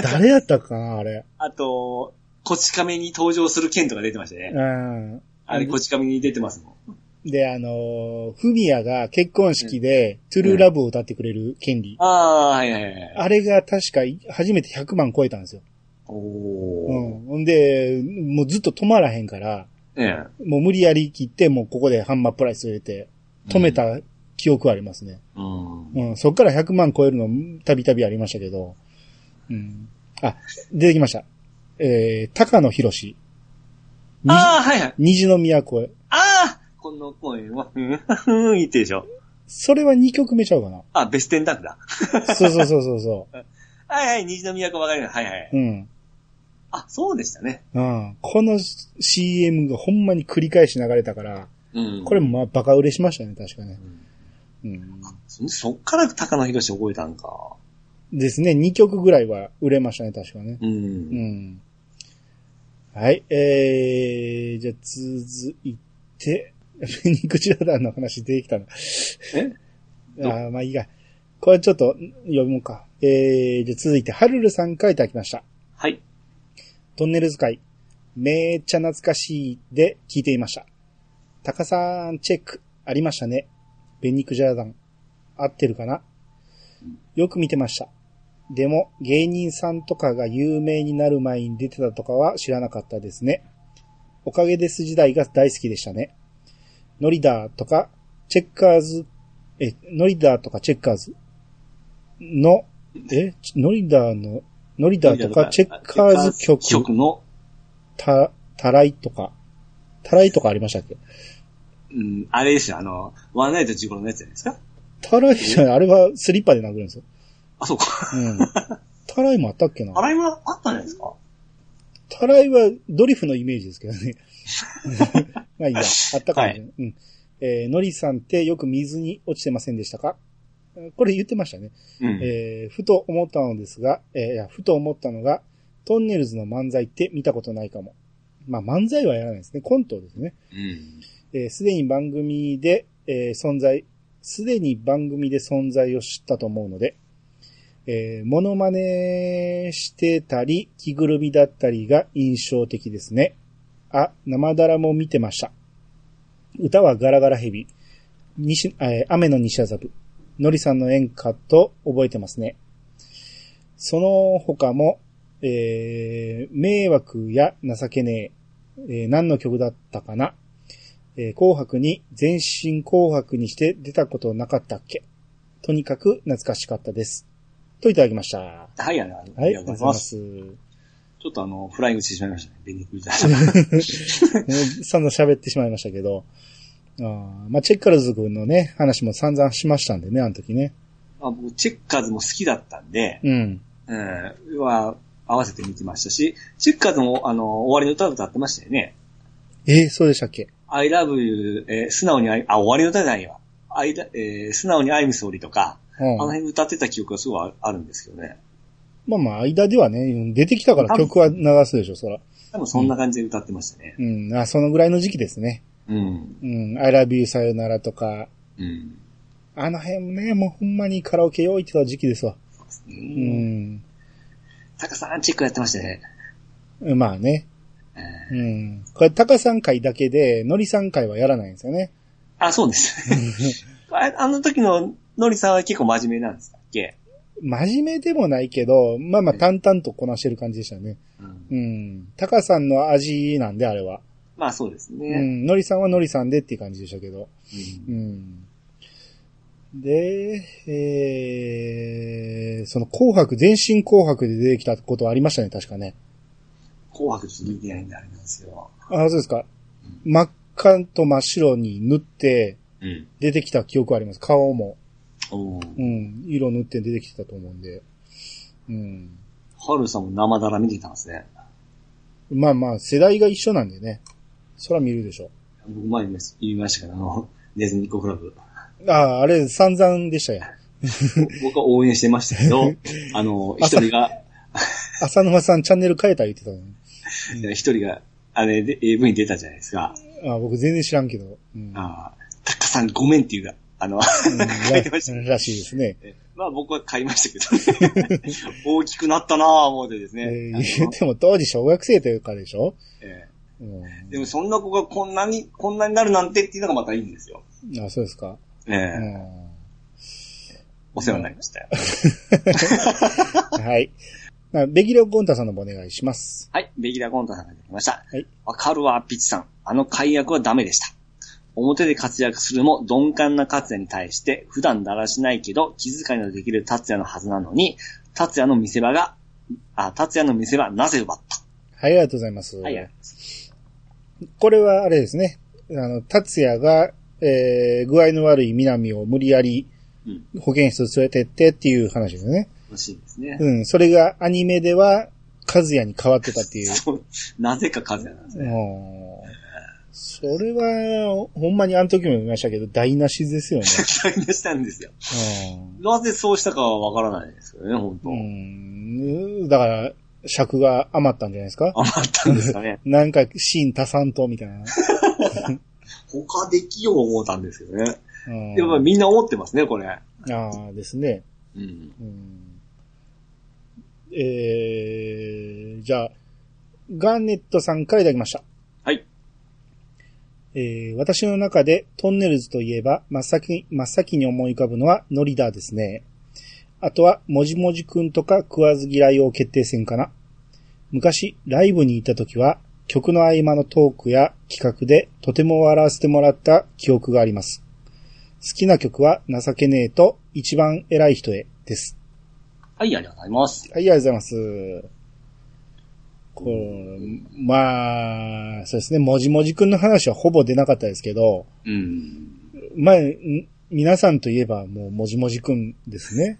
な。誰やったかな、あれ。あと、こち亀に登場する剣とか出てましたね。うん。あれ、こち亀に出てますもん。で、あのー、フミヤが結婚式で、トゥルーラブを歌ってくれる権利。ああ、はいはいはい。あれが確かい初めて100万超えたんですよ。うおー。ん。ほんで、もうずっと止まらへんから、えもう無理やり切って、もうここでハンマープライス入れて、え止め。た記憶はありますね。うん。うん。そっから100万超えるの、たびたびありましたけど。うん。あ、出てきました。えー、高野博士。にああ、はいはい。虹の都へ。ああこの声は、ふん、ふん、言ってでしょ。それは2曲目ちゃうかなあ、ベステンダンクだ。そうそうそうそうそはいはい、虹の都わかります。はいはい。う。うん。あ、そうでしたね。うん。この CM がほんまに繰り返し流れたから、うん。これもまあバカ売れしましたね、確かねう。ん。うん。そそっから高野博士覚えたんか。ですね、2曲ぐらいは売れましたね、確かね。う。うんん。はい、えー、じゃあ続いて、 肉チラダンの話出てきたな。えあーまあいいや。これちょっと読もうか。えー、じゃあ続いて、はるるさんからいただきました。はい。トンネル使い、めっちゃ懐かしいで聞いていました。タカさんチェックありましたね。ベニクジャーダン。合ってるかなよく見てました。でも芸人さんとかが有名になる前に出てたとかは知らなかったですね。おかげです時代が大好きでしたね。ノリダーとかチェッカーズ、え、ノリダーとかチェッカーズの、え、ノリダーの、ノリダーとかチェッカーズ曲。曲の、た、たらいとか、たらいとかありましたっけうん、あれですよ、あの、ワンナイトジゴロのやつじゃないですかたらいじゃない、あれはスリッパで殴るんですよ。あ、そうか。 うん。たらいもあったっけなあれはあったんじゃないですかたらいはドリフのイメージですけど ね。まあいいや、あったかもしれない。うん。えー、のりさんってよく水に落ちてませんでしたかこれ言ってましたね。うん。えーふと思ったのですが、えーいや、ふと思ったのが、トンネルズの漫才って見たことないかも。まあ漫才はやらないですね。コントですね。うん。えーすでに番組で、えー存在、すでに番組で存在を知ったと思うので、えー、モノマネしてたり、着ぐるみだったりが印象的ですね。あ、生だらも見てました。歌はガラガラヘビ。西、えー雨の西麻布。のりさんの演歌と覚えてますね。その他も、えー、迷惑や情けねえ、えー何の曲だったかなえー紅白に、全身紅白にして出たことなかったっけとにかく懐かしかったです。といただきました。ははい、あの、ありがい、ありがとうとうごござざいいま。ますす。ちょっとあの、フライングしてしまいましたね。ベニクリ タさんざん喋ってしまいましたけど、あーまあ、チェッカルズ君のね、話も散々しましたんでね、あの時ね。まあ、僕、チェッカーズも好きだったんで、うん。うん、は、合わせて見てましたし、チェッカーズも、あの、終わりの歌歌ってましたよね。えーそうでしたっけ I love you, えー素直に愛、あ、終わりの歌じゃないわ。I lo- えー素直に I'm sorry とか、うあんの。辺歌ってた記憶がすごいああるんですけどね。まあまあ、間ではね、出てきたから曲は流すでしょ、そら。多分そんな感じで歌ってましたね。うん。あ、そのぐらいの時期ですね。うん。うん。I love you さよならとか、うん。あの辺もね、もうほんまにカラオケ用意ってた時期ですわ。う。うんん。タカさんチェックやってましたね。まあね。えーうん。これ、タカさん会だけで、ノリさん会はやらないんですよね。あ、そうです。 ああの時のノリさんは結構真面目なんですっけ真面目でもないけど、まあまあ淡々とこなしてる感じでしたね。うんうん。タカさんの味なんで、あれは。まあそうですうね。ん。ノリさんはノリさんでっていう感じでしたけど。うんうん。で、えー、その紅白、全身紅白で出てきたことはありましたね、確かね。紅白ちょっと見てないんであれなんですよ。あ、そうですか。真っ赤と真っ白に塗ってうん。出てきた記憶はあります。顔も。おうーん。色塗って出てきてたと思うんで。うん。ハルさんも生だら見てたんですね。まあまあ、世代が一緒なんでね。そら見るでしょ。僕前に言いましたけど、あの、ネズミコクラブ。 ああ、あれ散々でしたよ。僕は応援してましたけ ど、あの、一人が、浅沼さんチャンネル変えた言ってたのに。一人が、あれで AV に出たじゃないですか。ああ僕全然知らんけど。うん、ああ、タッカさんごめんっていうあの、うんら買いましたらしいですね。まあ僕は買いましたけど、 ね、大きくなったなぁ思ってで すえね。ーあのでも当時小学生というかでしょ、えうんえでもそんな子がこんなに、こんなになるなんてっていうのがまたいいんですよ。あ、そうですか。ええうんお世話になりましたよ。はい。まあベギロ・ゴンタさんのもお願いします。はい、ベギラ・ゴンタさんが出てきました。はいわかるわ、ピッチさん。あの解約はダメでした。表で活躍するも鈍感な達也に対して、普段だらしないけど気遣いのできる達也のはずなのに、達也の見せ場が、あ、達也の見せ場はなぜ奪っはい、ありがとうございます。た。はい、ありがとうございますこれはあれですね。あの、達也が、えー、具合の悪い南を無理やりうん保健室連れてってっていう話ですね。欲しいですね。うん。それがアニメでは、和也に変わってたっていう。そうなぜか風 なんですね。もうそれは、ほんまにあの時も言いましたけど、台無しですよね。期待したんですよ。なぜそうしたかはわからないですけどね、本当うんうん。だから、尺が余ったんじゃないですか。余ったんですかねなんかシーン足さんと、みたいな。 他できよう思ったんですけどね。うんでもまあみんな思ってますね、これ。ああ、ですね。うん。うんえー、じゃあ、ガーネットさんからいただきました。はい。えー、私の中でトンネルズといえば、真っ先に、真っ先に思い浮かぶのはノリダーですね。あとは、もじもじくんとか食わず嫌いを決定戦かな。昔、ライブに行った時は、曲の合間のトークや企画でとても笑わせてもらった記憶があります。好きな曲は、情けねえと、一番偉い人へです。はい、ありがとうございます。はい、ありがとうございます。こう、まあ、そうですね、もじもじくんの話はほぼ出なかったですけど、うん。まあ、ん皆さんといえばもうもじもじくんですね。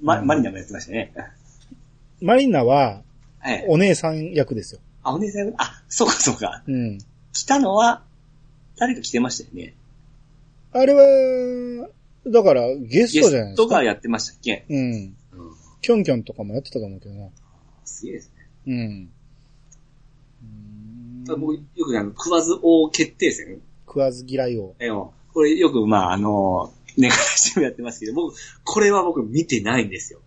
ま、マリナもやってましたね。 マリナははい。お姉さん役ですよ。あ、お姉さん、あ、そうかそうか。うん。来たのは、誰か来てましたよね。あれは、だからゲスゲトじゃないスですトか。がやってましたっけうん。うん。キョンキョンとかもやってたと思うけどな。すげえですね。うん。ただ僕、よくあの、食わず王決定戦食わず嫌いを。えよ。これよく、まあ、あの、 ネガティブやってますけど、僕、これは僕見てないんですよ。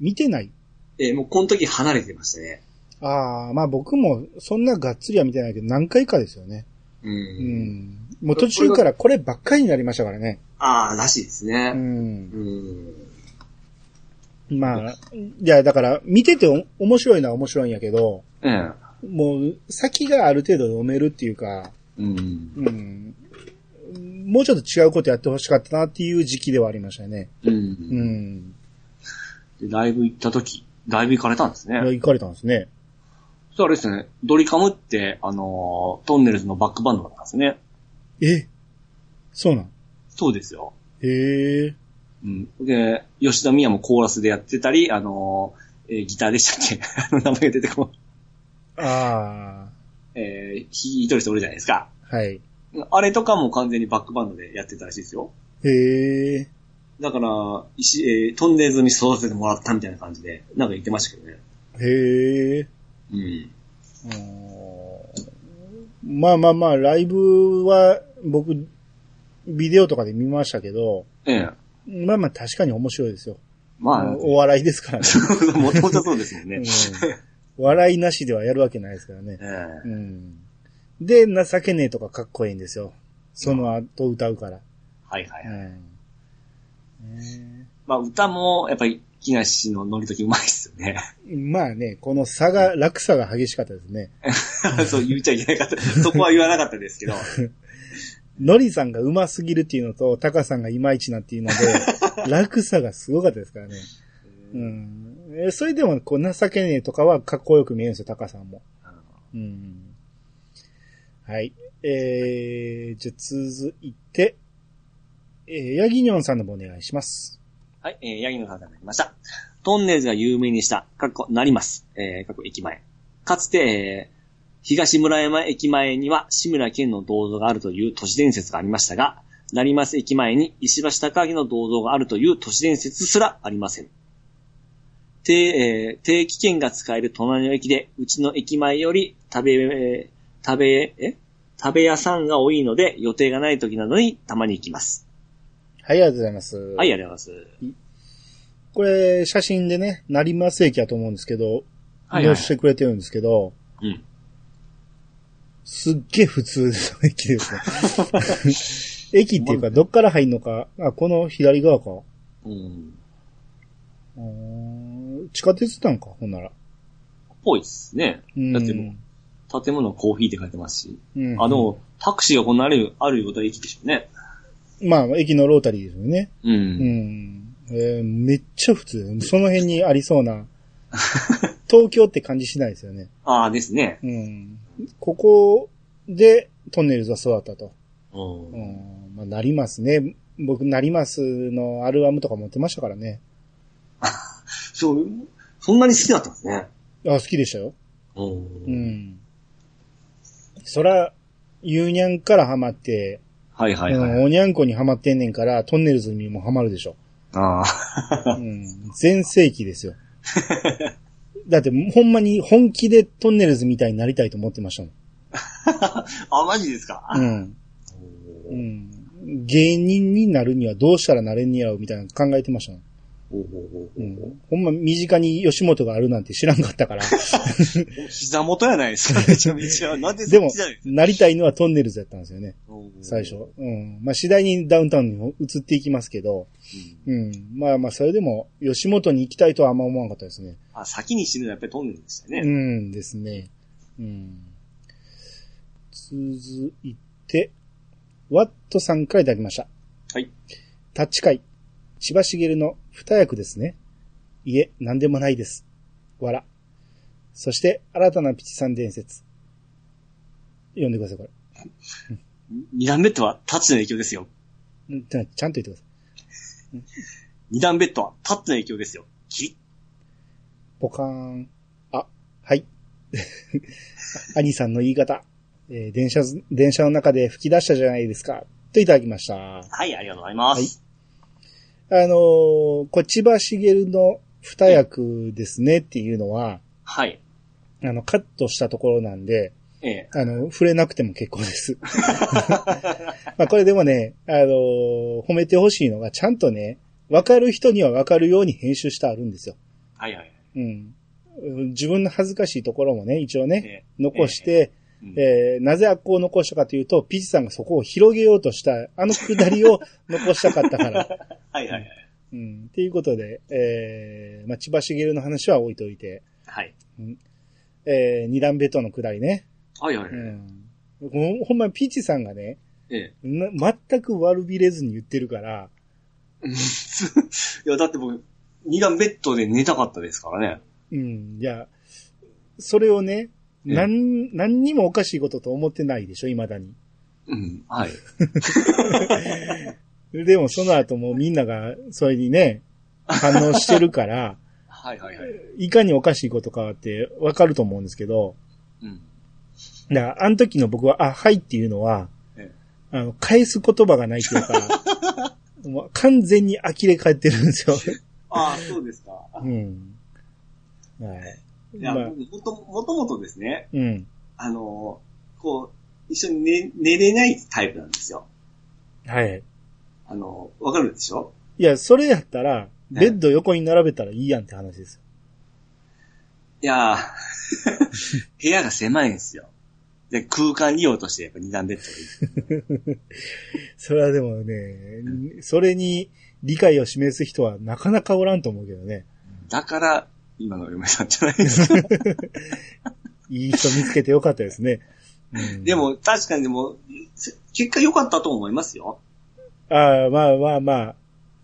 見てないえーもうこの時離れてましたね。ああ、まあ僕もそんながっつりは見てないけど何回かですよね。うん。うんもう途中からこればっかりになりましたからね。ああ、らしいですうね。ん。うん。まあ、いや、だから、見ててお面白いのは面白いんやけど、うん。もう、先がある程度読めるっていうか、うん。うん。もうちょっと違うことやってほしかったなっていう時期ではありましたね。う。うんん。でライブ行った時、ライブ行かれたんですね。行かれたんですね。そうあれですね、ドリカムって、あのートンネルズのバックバンドだったんですね。えそうなんそうですよ。へえ。うん。で、吉田美也もコーラスでやってたり、あのーえーギターでしたっけ あの名前が出てこあない。えー、ひ、一人しておるじゃないですか。あ、はい。あれとかも完全にバックバンドでやってたらしいですよ。へえ。だから、石、えートンネルズに育ててもらったみたいな感じで、なんか言ってましたけどね。へえ。うん。うんまあまあまあ、ライブは僕、ビデオとかで見ましたけど、ええ。まあまあ確かに面白いですよ。まあ、お笑いですからね。 もともとそうですもんね。うん笑いなしではやるわけないですからね。えうえん、で、情けねえとかかっこいいんですよ。その後歌うから。はいはいうはい。んねまあ、歌も、やっぱり、木梨の乗りときうまいっすよね。 まあね、この差が、落差が激しかったですね。そう言っちゃいけなかった。そこは言わなかったですけど。ノリさんが上手すぎるっていうのと、タカさんがいまいちなっていうので、落差がすごかったですからね。うん。えーそれでも、こう、情けねえとかはかっこよく見えるんですよ、タカさんも。うん。はい。えー、じゃあ続いて、えー、ヤギニョンさんのもお願いします。はい、えー、ヤギのさんからいただきました。トンネルズが有名にした、かっこ、なります。えー、かっこ駅前。かつて、えー東村山駅前には志村けんの銅像があるという都市伝説がありましたが、なります駅前に石橋貴明の銅像があるという都市伝説すらありません。定、えー定期券が使える隣の駅で、うちの駅前より食べ、えー食べ、え食べ屋さんが多いので予定がない時などにたまに行きます。はい、ありがとうございます。はい、ありがとうございます。これ、写真でね、成増駅やと思うんですけど、はい、利用はい。してくれてるんですけど、うん。すっげえ普通の駅です ね。駅っていうか、どっから入んのか、あ、この左側か。うん。うーん地下鉄なんか、ほんなら。ぽいっすね。うんだっても建物コーヒーって書いてますし。うんあ、の、タクシーがこんなある、あるような駅でしょうね。まあ、駅のロータリーですよね。う。うんん。えーめっちゃ普通。その辺にありそう な。東京って感じしないですよね。ああですね。うん。ここでトンネルズは育ったと。う。うんん。まあ、なりますね。僕、なりますのアルバムとか持ってましたからね。そう、そんなに好きだったんですね。あ、好きでしたよ。う。うんん。そら、ゆうにゃんからハマって、はいはいはうんい。おにゃんこにハマってんねんから、トンネルズにもハマるで しょ。ああ。うん。全盛期 ですよ。だって、ほんまに本気でトンネルズみたいになりたいと思ってましたもあ、マジですかん。うん。うん。芸人になるにはどうしたらなれんねやろみたいなの考えてましたもん。おおおおうん。ほんま身近に吉本があるなんて知らんかった から。膝元やないですか。めちゃめちゃ。なんででそもっちじゃないで、すなりたいのはトンネルズやったんですよね、か。最初。うん。まあ、次第にダウンタウンにも移っていきますけど、うんうん。まあまあ、それでも、吉本に行きたいとはあんま思わなかったですね。あ、先に死ぬのはやっぱりトンネルでしたうね。んですね。うん。続いて、ワットさんからいただきました。はい。タッチ会。千葉茂の二役ですね。いえ、なんでもないです。わら。そして、新たなピチさん伝説。読んでください、これ。二段ベッドはタッチの影響ですよ。うんちゃんと言ってください。二段ベッドはタッチの影響ですよ。キリッポカーン。あ、はい。 兄さんの言い方。えー電車ず、電車の中で吹き出したじゃないですか。といただきました。あはい、ありがとうございます。のー、これ千葉茂の二役ですねっていうのは、はい。あの、カットしたところなんで、ええ。あの、触れなくても結構です。まあこれでもね、あのー褒めてほしいのが、ちゃんとね、わかる人にはわかるように編集してあるんですよ。はいはい。うん。うん自分の恥ずかしいところもね、一応ね、え残して、えうんえーなぜあっこを残したかというと、ピチさんがそこを広げようとした、あのくだりを残したかったから。はいはいはい。うん。っていうことで、えー、まあ、千葉茂の話は置いといて、はい。えー、二段ベッドのくだりね。はいはいうはい。ん。ほほんまピチさんがね、ええ。な全く悪びれずに言ってるから、いや、だって僕、二段ベッドで寝たかったですからね。うん。いや、それをね、ええなん、何にもおかしいことと思ってないでしょ、未だに。うん。はい。でもその後もうみんながそれにね、反応してるから、はいはいはい。いかにおかしいことかってわかると思うんですけど、うん。だからあの時の僕は、あ、はいっていうのはええ、あの、返す言葉がないというか、 もう完全に呆れ返ってるんです よ。ああ、そうですか。うん。はいい。や、まあ僕、もと、もともとですね、うん。あのー、こう、一緒に寝、寝れないタイプなんですよ。はい。あのー、わかるでしょいや、それやったら、ベッド横に並べたらいいやんって話ですよ。いやー部屋が狭いんですよ。で、空間利用としてやっぱ二段ベッドがいい。それはでもね、それに理解を示す人はなかなかおらんと思うけどね。だから、今の嫁さんじゃないですか。いい人見つけてよかったですね。うん で、も、確かにでも、せ結果良かったと思いますよ。ああ、まあまあまあ、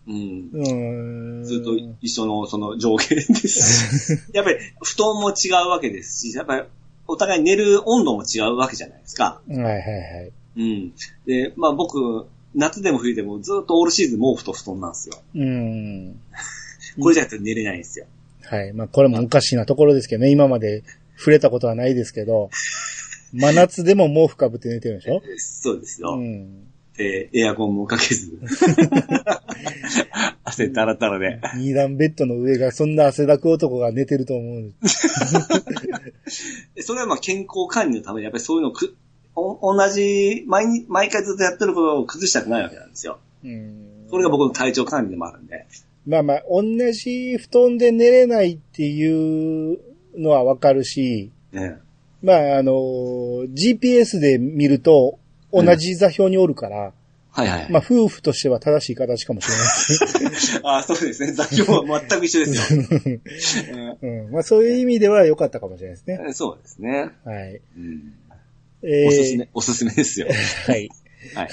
うん。うーん。ずっと一緒のその条件 です。やっぱり布団も違うわけですし、やっぱりお互い寝る温度も違うわけじゃないですか。はいはいはい。うん。で、まあ僕、夏でも冬でもずっとオールシーズン毛布と布団なんですよ。うん。これじゃなくて寝れないんですよ。はい。まあこれもおかしいなところですけどね。今まで触れたことはないですけど、真夏でも毛布かぶって寝てるんでしょそうですよ。うん。で、エアコンもかけ ず。汗だらだらで。二段ベッドの上がそんな汗だく男が寝てると思う。でそれはまあ健康管理のためにやっぱりそういうのをく、お同じ、毎日、毎回ずっとやってることを崩したくないわけなんですよ。うん。それが僕の体調管理でもあるんで。まあまあ、同じ布団で寝れないっていうのはわかるし、ねまああの、GPS で見ると同じ座標におるから、はいはい。まあ夫婦としては正しい形かもしれないですね。あ、あそうですね。座標は全く一緒ですよ。うん、まあそういう意味では良かったかもしれないですね。うんそうですね。はい。うんえおすすめ、おすすめですよ。ー、はい。はい。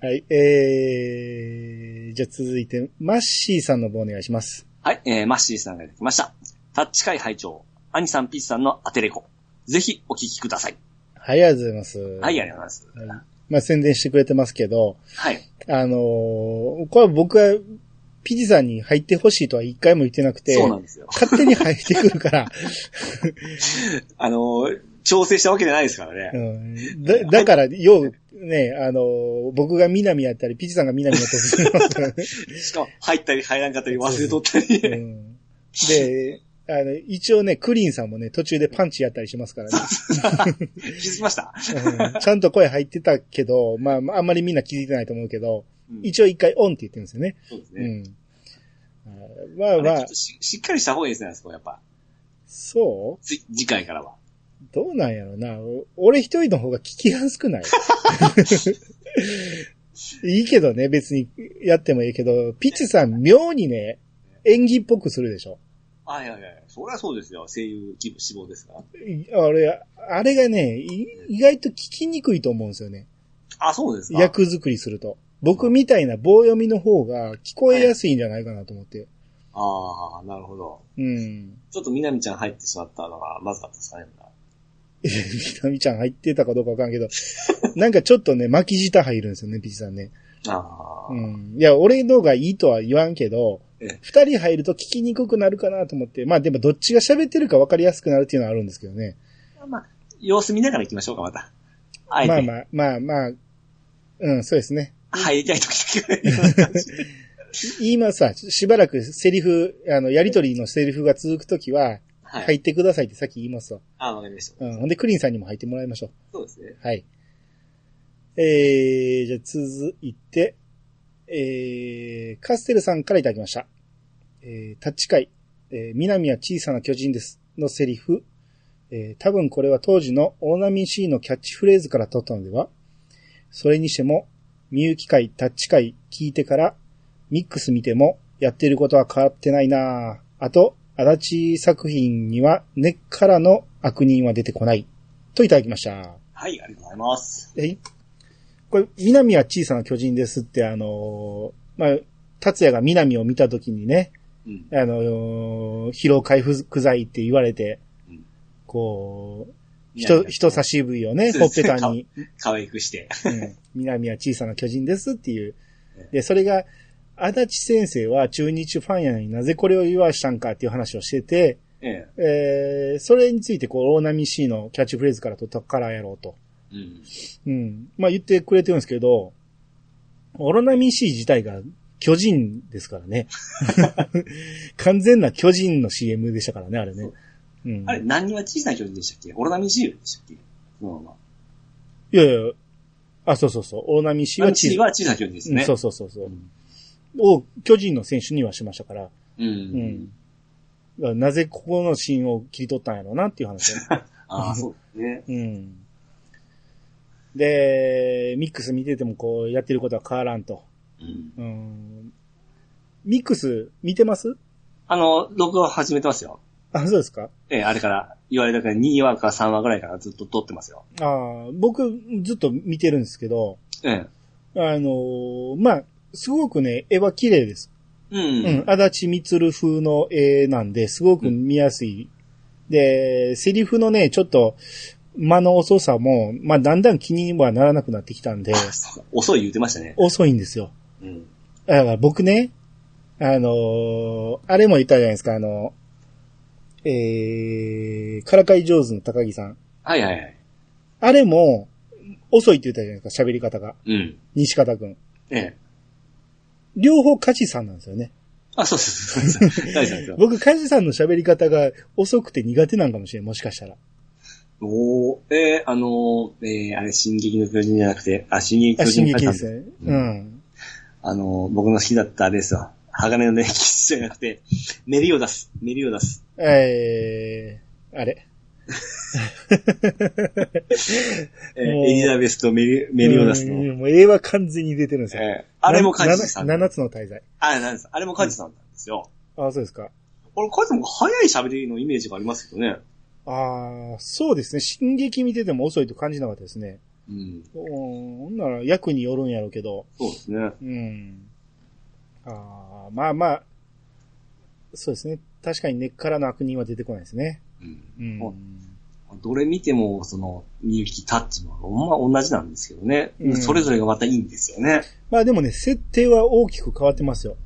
はい。えー、じゃあ続いて、マッシーさんの方お願いします。はい、えー、マッシーさんができました。タッチ会拝聴アニさん、ピースさんのアテレコ。ぜひお聞きください。はい、ありがとうございます。ははい、ありがとうございはいまあ、宣伝してくれてますけど、ます。はい。あのーこれは僕は、ピジさんに入ってほしいとは一回も言ってなくて、そうなんですよ。勝手に入ってくる から、あのー、調整したわけじゃないですからうね。ん、だだから、よう、ね、あのー僕が南やったり、ピジさんが南やったりするからね、しかも、入ったり入らんかったり忘れとったり。うんで、あの、一応ね、クリーンさんもね、途中でパンチやったりしますからね。 気づきましたうんちゃんと声入ってたけど、まあ、まああんまりみんな気づいてないと思うけど、うん一応一回オンって言ってるんですよね。そうですうね。ん。あーあまあれまちょあっと、ししっかりした方がいいですね、あそこやっぱ。そうつ次回からは。どうなんやろな。お俺一人の方が聞きやすく ないいいけどね、別にやってもいいけど、ピッチさん妙にね、演技っぽくするでしょ。あ、いやいやいや、そりゃそうですよ。声優希望志望ですから。いあれ、あれがね、い意外と聞きにくいと思うんですよね。あ、そうですか。役作りすると。僕みたいな棒読みの方が聞こえやすいんじゃないかなと思って。ああ、なるほど。うん。ちょっとみなみちゃん入ってしまったのがまずかったですかね。えみなみちゃん入ってたかどうかわかんないけど、 なんかちょっとね、巻き舌入るんですよね、ピチさんね。ああ、うん。いや、俺のがいいとは言わんけどええ、二人入ると聞きにくくなるかなと思って、まあでもどっちが喋ってるかわかりやすくなるっていうのはあるんですけどね。まあ、様子見ながら行きましょうか、また。あえて。まあまあ、まあまあ、うん、そうですね。入りたい時だけ入る。い今さ、しばらくセリフ、あの、やりとりのセリフが続くときは、はい。入ってくださいってさっき言いますわ。あ、わかりました。うん。ほんで、クリンさんにも入ってもらいましょう。そうですね。はい。えー、じゃあ続いて、えー、カステルさんからいただきました。えー、タッチ会、えー、南は小さな巨人です。のセリフ。えー、多分これは当時のオーナミン C のキャッチフレーズから取ったのではそれにしても、みゆき会、タッチ会聞いてから、ミックス見ても、やってることは変わってないなぁあと、足立作品には根っからの悪人は出てこない。といただきました。はい、ありがとうございます。えいこれ、南は小さな巨人ですって、あのーまあ、達也が南を見たときにね、うん。あのー疲労回復剤って言われてうん、こう、人、人差し。し指をね、そほうっですぺねたに、可愛くして。うん南は小さな巨人ですっていうえ。で、それが、足立先生は中日ファンやのになぜこれを言わしたんかっていう話をしてて、ええ。えー、それについてこう、大波 C のキャッチフレーズから取ったからやろうと。うん。うん。まあ言ってくれてるんですけど、オロナミン C 自体が巨人ですから ね。完全な巨人の CM でしたからね、あれね。うん。あれ、何人は小さな巨人でしたっけオロナミジールでしたっけそのまま。いやいや、あ、そうそうそう。オロナミン C はチ小ーさは小さな巨人ですうんね。そううそうそうそう。ん。を巨人の選手にはしましたから。うんだからなぜここのシーンを切り取ったんやろうなっていう 話。ああ、そうですね。うん。で、ミックス見ててもこう、やってることは変わらんと。うん。うん。ミックス見てますあの、録画始めてますよ。あ、そうですかええ、あれから、言われたから2話か3話ぐらいからずっと撮ってますよ。ああ、僕ずっと見てるんですけど、ええ。あのーまあ、すごくね、絵は綺麗です。う。うんん、足立みつる風の絵なんで、すごく見やすい。で、セリフのね、ちょっと、間の遅さも、まあ、だんだん気にはならなくなってきたんで、あそうか遅い言うてましたね。遅いんですよ。うん。だから僕ね、あのーあれも言ったじゃないですか、あの、えー、からかい上手の高木さん。はいはいはい。あれも、遅いって言ったじゃないですか、喋り方が。うん。西方くん。ええ。両方カジさんなんですよね。あ、そうそうそうそう。大事なんですよ。 僕、カジさんの喋り方が遅くて苦手なんかもしれん、もしかしたら。おー、えー、あのー、えー、あれ、進撃の巨人じゃなくて、あ、進撃のあ、巨進人撃だでったんすだね。うん。あの、僕の好きだったあれですわ。鋼の錬金術じゃなくて、メリオダス、メリオダス。えー、あれ。 えーもうエリザベスとメリメリオダスうんの。もう絵は完全に出てるんですよ。えーあれもカジさん。 7つの滞在。あ、なんです。あれもカジさんなんですよ。ああ、そうですか。俺、カジさんも早い喋りのイメージがありますけどね。ああ、そうですね。進撃見てても遅いと感じなかったですね。うん。おーほんなら役によるんやろうけど。そうですね。うん。ああ、まあまあ、そうですね。確かに根っからの悪人は出てこないですね。ううん。ん。そうどれ見ても、その、みゆきタッチも、ほんま同じなんですけどね。うんそれぞれがまたいいんですよね。まあでもね、設定は大きく変わってますよ。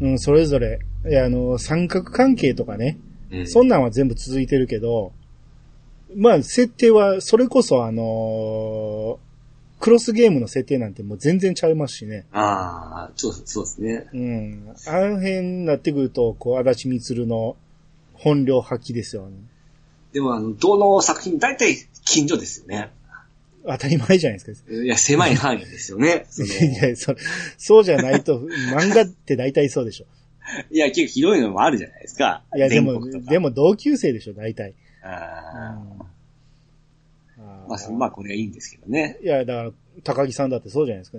うん、それぞれ。いや、あの、三角関係とかね。うんそんなんは全部続いてるけど、まあ、設定は、それこそあのークロスゲームの設定なんてもう全然ちゃいますしね。ああ、そう、そうですね。うん。あの辺になってくると、こう、足立みつるの本領発揮ですよ、ね。でも、あの、どの作品、大体近所ですよね。当たり前じゃないです か。いや、狭い範囲ですよね。そのいや、そ、そうじゃない と、漫画って大体そうでしょ。いや、結構ひどいのもあるじゃないですか。いや、でも全国、とかでも同級生でしょ、大体。うんあーまあ、そーまあ、これはいいんですけどね。いや、だから、高木さんだってそうじゃないですか。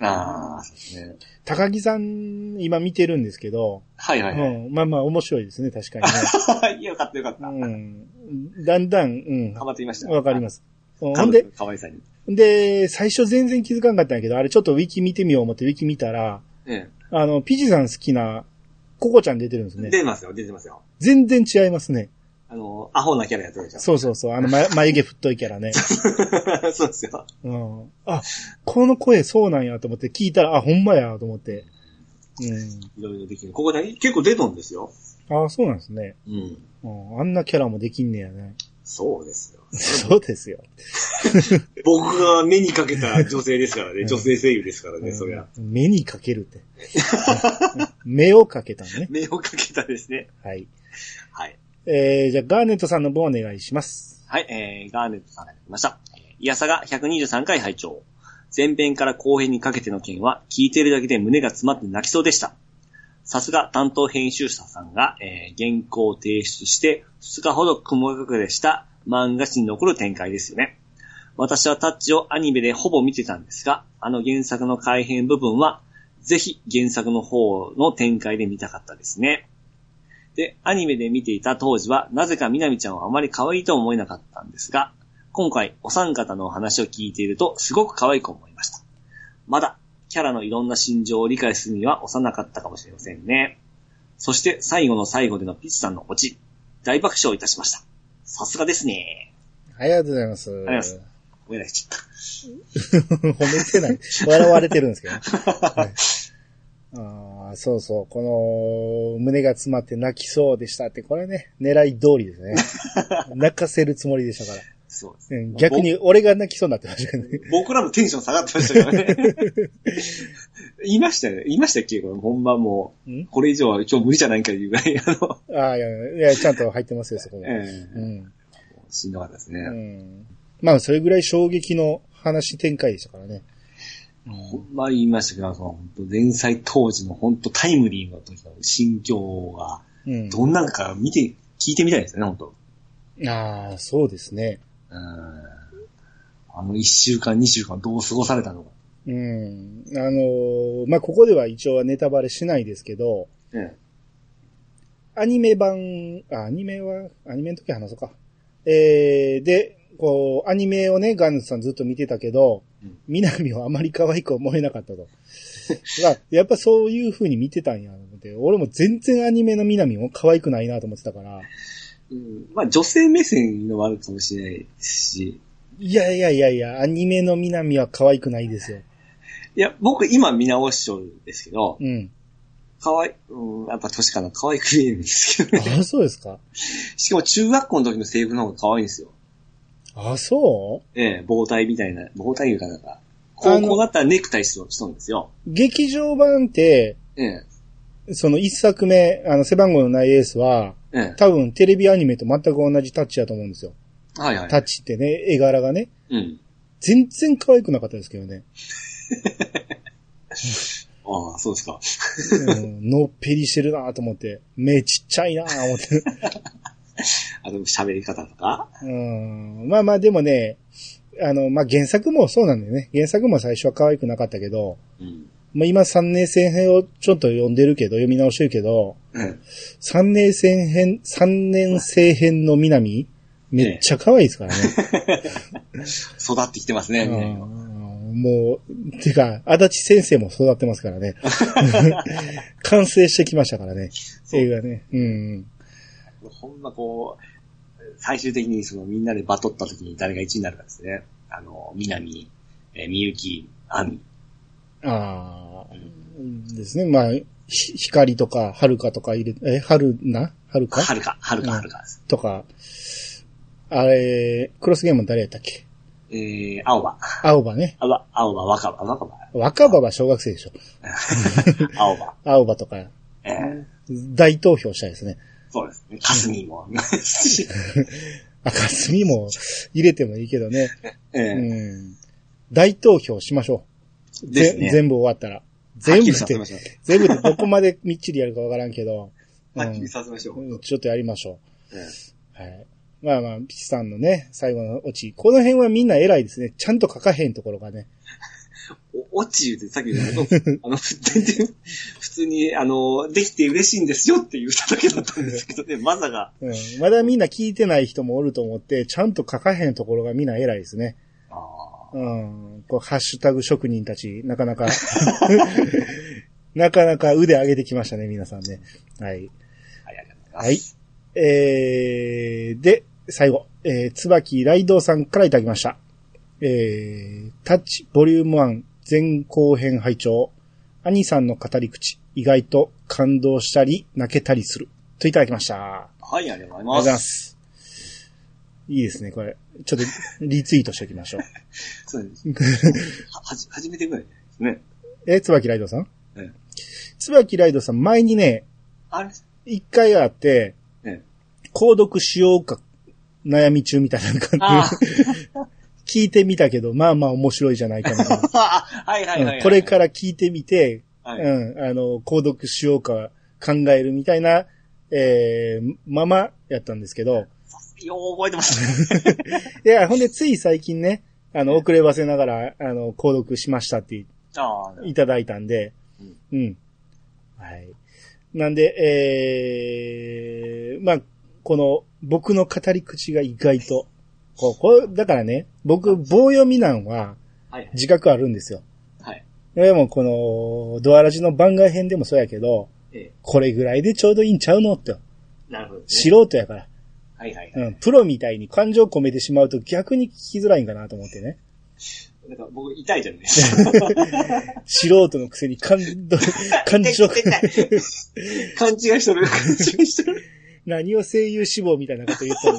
ああ、そうですね。高木さん、今見てるんですけど、はいはいはうん、まあまあ面白いですね、確かい。い やよかったよかった。にね。うん、だんだん、うんハ、マっていました。わかります。うんかほんわで、かわいさに。で、最初全然気づかなかったんやけど、あれちょっとウィキ見てみよう思ってウィキ見たら、えあの、ピジさん好きな、ココちゃん出てるんですえ。出ね。てますよ、出てますよ。全然違いますね。あの、アホなキャラやってるでしょ。そうそうそう、 あの、ま、眉毛太いキャラね。 そうですよ。うん。あ、この声そうなんやと思って聞いたら、あ、ほんまやと思って。いろいろできる。ここで結構出とんですよ。うん。あ、そうなんですね。うん。うん、あんなキャラもできんねやね。そうですよ。 そうですよ。僕が目にかけた女性ですからうね。ん女性声優ですからね、そりうゃん。目にかけるって。 目をかけたのね。目をかけたですね。はい。はい。えー、じゃあ、ガーネットさんの分お願いします。はい、えー、ガーネットさんがいただきました。イヤサが123回拝聴前編から後編にかけての件は、聞いているだけで胸が詰まって泣きそうでした。さすが担当編集者さんが、えー原稿を提出して、2日ほど雲隠れした漫画史に残る展開ですよね。私はタッチをアニメでほぼ見てたんですが、あの原作の改編部分は、ぜひ原作の方の展開で見たかったですね。で、アニメで見ていた当時は、なぜかみなみちゃんはあまり可愛いとは思えなかったんですが、今回お三方のお話を聞いていると、すごく可愛く思いました。まだ、キャラのいろんな心情を理解するには幼かったかもしれませんね。そして、最後の最後でのピチさんのオチ、大爆笑いたしました。さすがですね。はい、ありがとうございます。りがとうごめんなさい。 褒めてない。笑われてるんですけど。 はいあーそうそう。この、胸が詰まって泣きそうでしたって、これね、狙い通りです ね。泣かせるつもりでしたから。そうですうん逆に、俺が泣きそうになってましたけ どね。僕らのテンション下がってましたからね。言 いましたよね。言いましたっけこれほんまもんう、これ以上は今日無理じゃないかいうぐらい、あの、ああ、いや、いや、ちゃんと入ってますよ、そこも。えうえん。しんどかったですね。うん。まあ、それぐらい衝撃の話展開でしたからね。ほんま言いましたけど、その、本当連載当時の本当タイムリーの時の心境が、うん。どんなんか見て、聞いてみたいですよね、本当ああ、そうですね。うん。あの、一週間、二週間、どう過ごされたのか。うん。あのーまあ、ここでは一応はネタバレしないですけど、えアニメ版、あ、アニメは、アニメの時話そうか。えー、で、こう、アニメをね、ガンズさんずっと見てたけどうん、南はあまり可愛く思えなかったと。 まあ、やっぱそういう風に見てたんや、思って。俺も全然アニメの南も可愛くないなと思ってたから。えうん、まあ、女性目線のもあるかもしれないですし、いやいやいやいや、アニメの南は可愛くないですよ。いや、僕今見直しちゃうんですけど、 うん。かわい、うん、やっぱ年かな、可愛く見えるんですけどね。 あ、そうですかしかも中学校の時の制服の方が可愛いんですよ。あ、そうええ、棒体みたいな、棒体いうかなんか、高校だったらネクタイしとしとんですよ。劇場版って、ええ、その一作目、あの、背番号のないエースは、ええ、多分テレビアニメと全く同じタッチだと思うんですよ。はいはい。タッチってね、絵柄がね。うん。全然可愛くなかったですけどね。あああ、そうですか。うん のっぺりしてるなと思って、目ちっちゃいなと思って。あの、喋り方とか。うんまあまあでもね、あの、まあ原作もそうなんだよね。原作も最初は可愛くなかったけど、うん。まあ今3年生編をちょっと読んでるけど、読み直してるけど、うん。 3年生編、三年生編の南、めっちゃ可愛いですからね。育ってきてますね、みたいなうんもう、てか、足立先生も育ってますから ね。完成してきましたからね。そう映画ね。うんうん。ほんまこう、最終的にそのみんなでバトった時に誰が1位になるかですね。あの、南、えー、みゆき、あみ。ああ、ですね。まあ、ひ光とか、はるかとか入れ、え、はるなはるかはるか、はるか、うんはるかです。とか、あれ、クロスゲーム誰やったっけえー、青葉。青葉ね。青葉、青葉、若葉、若葉、若葉は小学生でしょ。 青葉。青葉とか、えー、大投票したいですね。そうですね。かすみも。 赤墨も入れてもいいけどね。えうーん。大投票しましょう。ですぜね。全部終わったら。は全っき部りさっせてま、しょ全部ってどこまでみっちりやるかわからんけど。うう。はんっきりさせましょう。うんちょっとやりましょう。えはい。まあまあ、ピチさんのね、最後のオチ。この辺はみんな偉いですね。ちゃんと書かへんところがね。ーお、落ち言うてさっき言 ったけど、あの、全然、普通に、あの、できて嬉しいんですよって言っただけだったんですけどね、まさか。うん。まだみんな聞いてない人もおると思って、ちゃんと書かへんところがみんな偉いですね。ああ、うん。こう、ハッシュタグ職人たち、なかなか、なかなか腕上げてきましたね、皆さんね。はい。はい、ありがとうございまはす。い。えー、で、最後、えー、椿雷道さんからいただきました。えー、タッチボリューム1前後編拝聴兄さんの語り口、意外と感動したり泣けたりする。といただきました。はい、ありがとありうがとうごござざいまいます。す。いいですね、これ。ちょっとリツイートしておきましょう。そうです。は、はじ、初めてぐらいですね。え、椿ライドさんうん椿ライドさん、前にね、あれ一回あって、うん購読しようか悩み中みたいな感あじで、聞いてみたけど、まあまあ面白いじゃないかみたいなあ、 はいはいはい、はうい。、んこれからら聞いてみて、はいうん、あの、購読しようか考えるみたいな、えー、ままやったんですけど、よう覚えてますね。いや、ほんでつい最近ね、あの、遅ればせながら、あの、購読しましたって言ってああ、いただいたんで、うん。はい。なんで、えー、まあ、この、僕の語り口が意外と、こう、こう、だからね、僕、棒読みなんははい自覚あるんですよ。はい。でも、この、ドアラジの番外編でもそうやけど、えこれぐらいでちょうどいいんちゃうのって、え、なるほど、ね。素人やから。はいはいはい。うん、プロみたいに感情込めてしまうと逆に聞きづらいんかなと思ってね。なんか僕、痛いじゃないですか。素人のくせに感動、感情、 痛い痛 い痛い勘違いしとる。勘違いしとる。何を声優志望みたいなこと言ったの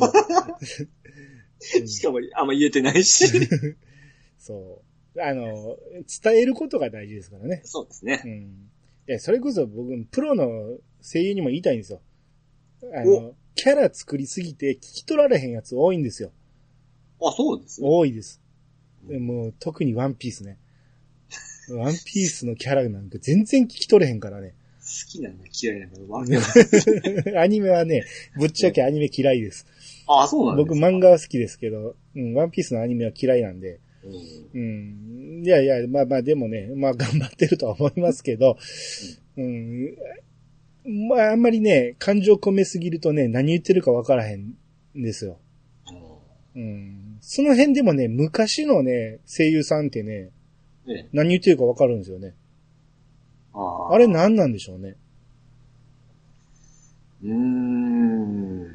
うんしかも、あんま言えてないし。そう。あの、伝えることが大事ですからね。そうですねう。ん。いや、それこそ僕、プロの声優にも言いたいんですよ。あの、キャラ作りすぎて聞き取られへんやつ多いんですよ。あ、そうですね。多いです。もう、特にワンピースね。ワンピースのキャラなんか全然聞き取れへんからね。 好きなんだ、嫌いなんだ。わかんないアニメはね、ぶっちゃけアニメ嫌いです。あ、そうなん僕ですか漫。画は好きですけど、うん、ワンピースのアニメは嫌いなんで。うんうん。いやいや、まあまあでもね、まあ頑張ってるとは思いますけど、うん。まああんまりね、感情込めすぎるとね、何言ってるかわからへんんですよ。うん。その辺でもね、昔のね、声優さんってね、ね何言ってるかわかるんですよね。ああれ何なんでしょうね。うーん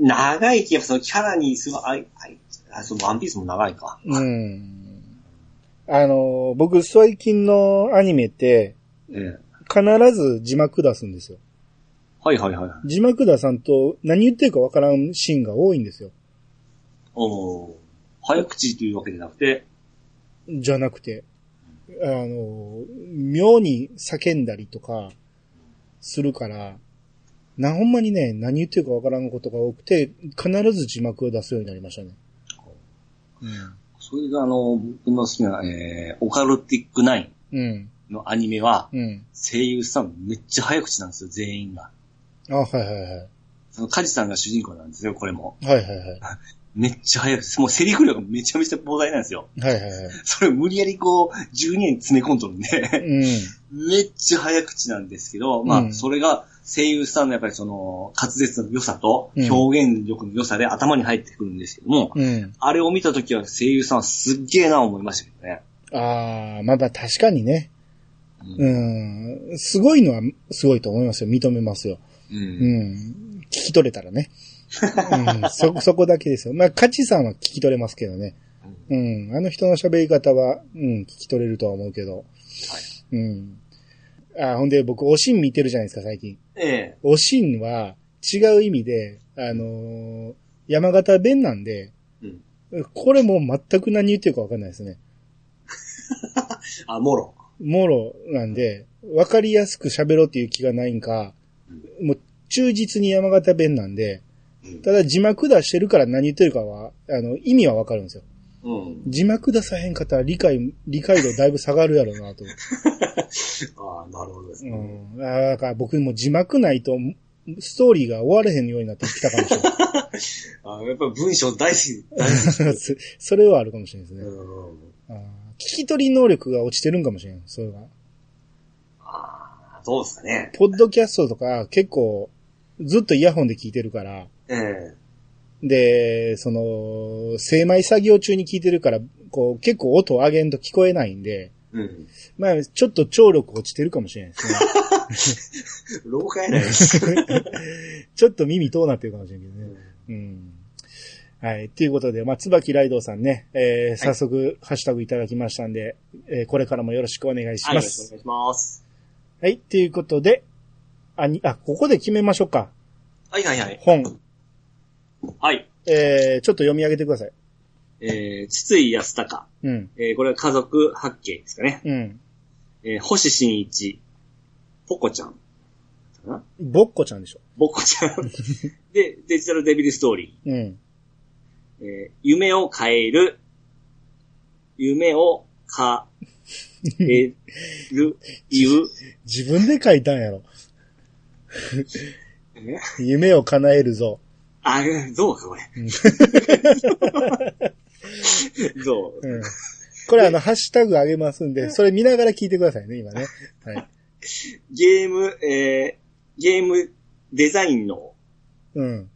長い気が、そのキャラにすごい、あい、あい、あ、そのワンピースも長いか。うん。あの、僕最近のアニメって、ええ。必ず字幕出すんですよ。はいはいはい。字幕出さんと何言ってるかわからんシーンが多いんですよ。おー早口というわけじゃなくて、じゃなくて、あの、妙に叫んだりとか、するから、な、ほんまにね、何言ってるかわからんことが多くて、必ず字幕を出すようになりましたね。それがあの、僕の好きな、えー、オカルティックナイン。うん。のアニメは、うん。声優さんめっちゃ早口なんですよ、全員が。あ、はいはいはい。そのカジさんが主人公なんですよ、これも。はいはいはい。めっちゃ早口。もうセリフ量がめちゃめちゃ膨大なんですよ。はいはいはい。それを無理やりこう、12年詰め込んとるんで、 うん。めっちゃ早口なんですけど、まうあ、んそれが声優さんのやっぱりその、滑舌の良さと、うん表現力の良さで頭に入ってくるんですけども、うん。あれを見たときは声優さんはすっげえな思いましたけどね。ああ、まあまあ確かにね。うん。すごいのはすごいと思いますよ。認めますよ。う。うんん。聞き取れたらね。うん、 そ、そこだけですよ。まあ、カチさんは聞き取れますけどね。うん。あの人の喋り方は、うん、聞き取れるとは思うけど。うん。あー、ほんで僕、おしん見てるじゃないですか、最近。ええ。おしんは違う意味で、あのー山形弁なんで、うんこれもう全く何言ってるかわかんないですね。あ、もろ。もろなんで、わかりやすく喋ろうっていう気がないんか、もう忠実に山形弁なんで、うんただ字幕出してるから何言ってるかは、あの、意味はわかるんですよ。うん。字幕出さへんかったら理解、理解度だいぶ下がるやろうなと。ああ、なるほどですうね。ん。あーだから僕も字幕ないと、ストーリーが終われへんようになってきたかもしれない。 あやっぱり文章大好き。そそれはあるかもしれないですね。うん。あー聞き取り能力が落ちてるんかもしれない。それが。 ああ、どうですかね。ポッドキャストとか結構ずっとイヤホンで聞いてるから、ええ。で、その、精米作業中に聞いてるから、こう結構音を上げんと聞こえないんで、うん。まあちょっと聴力落ちてるかもしれないですね。老化やないで す。ちょっと耳遠なってるかもしれないけどね。うん。はい。ということで、まあ、椿ライドウさんね、えー、早速、ハッシュタグいただきましたんで、えー、これからもよろしくお願いしはい、よまろすしく。お願いします。はい、ということで、あ、に、あ、ここで決めましょうか。はいはいはい。本。はい。えー、ちょっと読み上げてください。えー、筒井康隆。うん、えー、これは家族八景ですかね。うん。えー、星新一。ポコちゃん。かなぼっこちゃんでしょ。ボコちゃ ん。で、デジタルデビルストーリうん。ー。えー、夢を変える。夢を 変える。いう。自分で書いたんやろ。え夢を叶えるぞ。あ、どうか、これ。 どううん。こ れあの、ハッシュタグあげますんで、それ見ながら聞いてくださいね、 今ね。はい。ゲーム、えー、ゲームデザインのうん。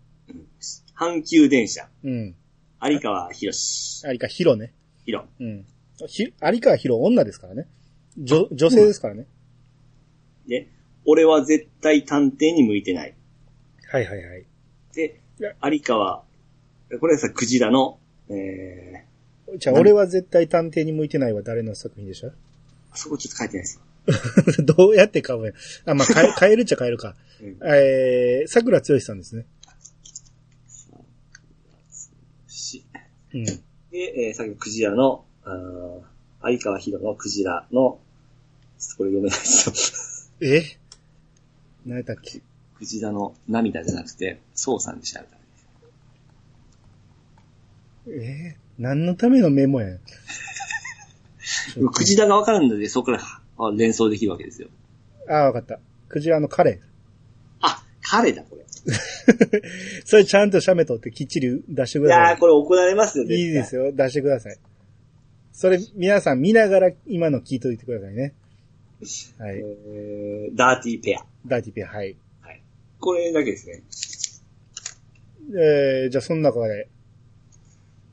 阪急電車。うん。有川博士。有川ヒロね。ヒロ。うん。ひ、有川ヒロ女ですからね。女、女性ですからね。で、俺は絶対探偵に向いてない。はいはいはい。でいや、有川、これさ、クジラの、えじゃあ、俺は絶対探偵に向いてないは誰の作品でしたー、そこちょっと書いてないです よ。どうやって買うんや。あ、まあ、変え、 変えるっちゃ変えるか。うんえー、桜剛さんですね。しうん。で、えー、さっきのクジラの、あー有川博のクジラの、ちょっとこれ読めないですよ。え何やったっけクジラの涙じゃなくて、ソウさんでした。えー、何のためのメモやん。クジラがわかるので、そこからあ連想できるわけですよ。あー、わかった。クジラの彼。あ、彼だ、これ。いそれちゃんと写メ撮ってきっちり出してくだやさー、これ怒られますよ、い。いいでよ。すよ。出してください。それ、皆さん見ながら今の聞いといてくださいね。はい。えー、ダーティーペア。ダーティペア、はい。これだけですね。えー、じゃあ、その中で。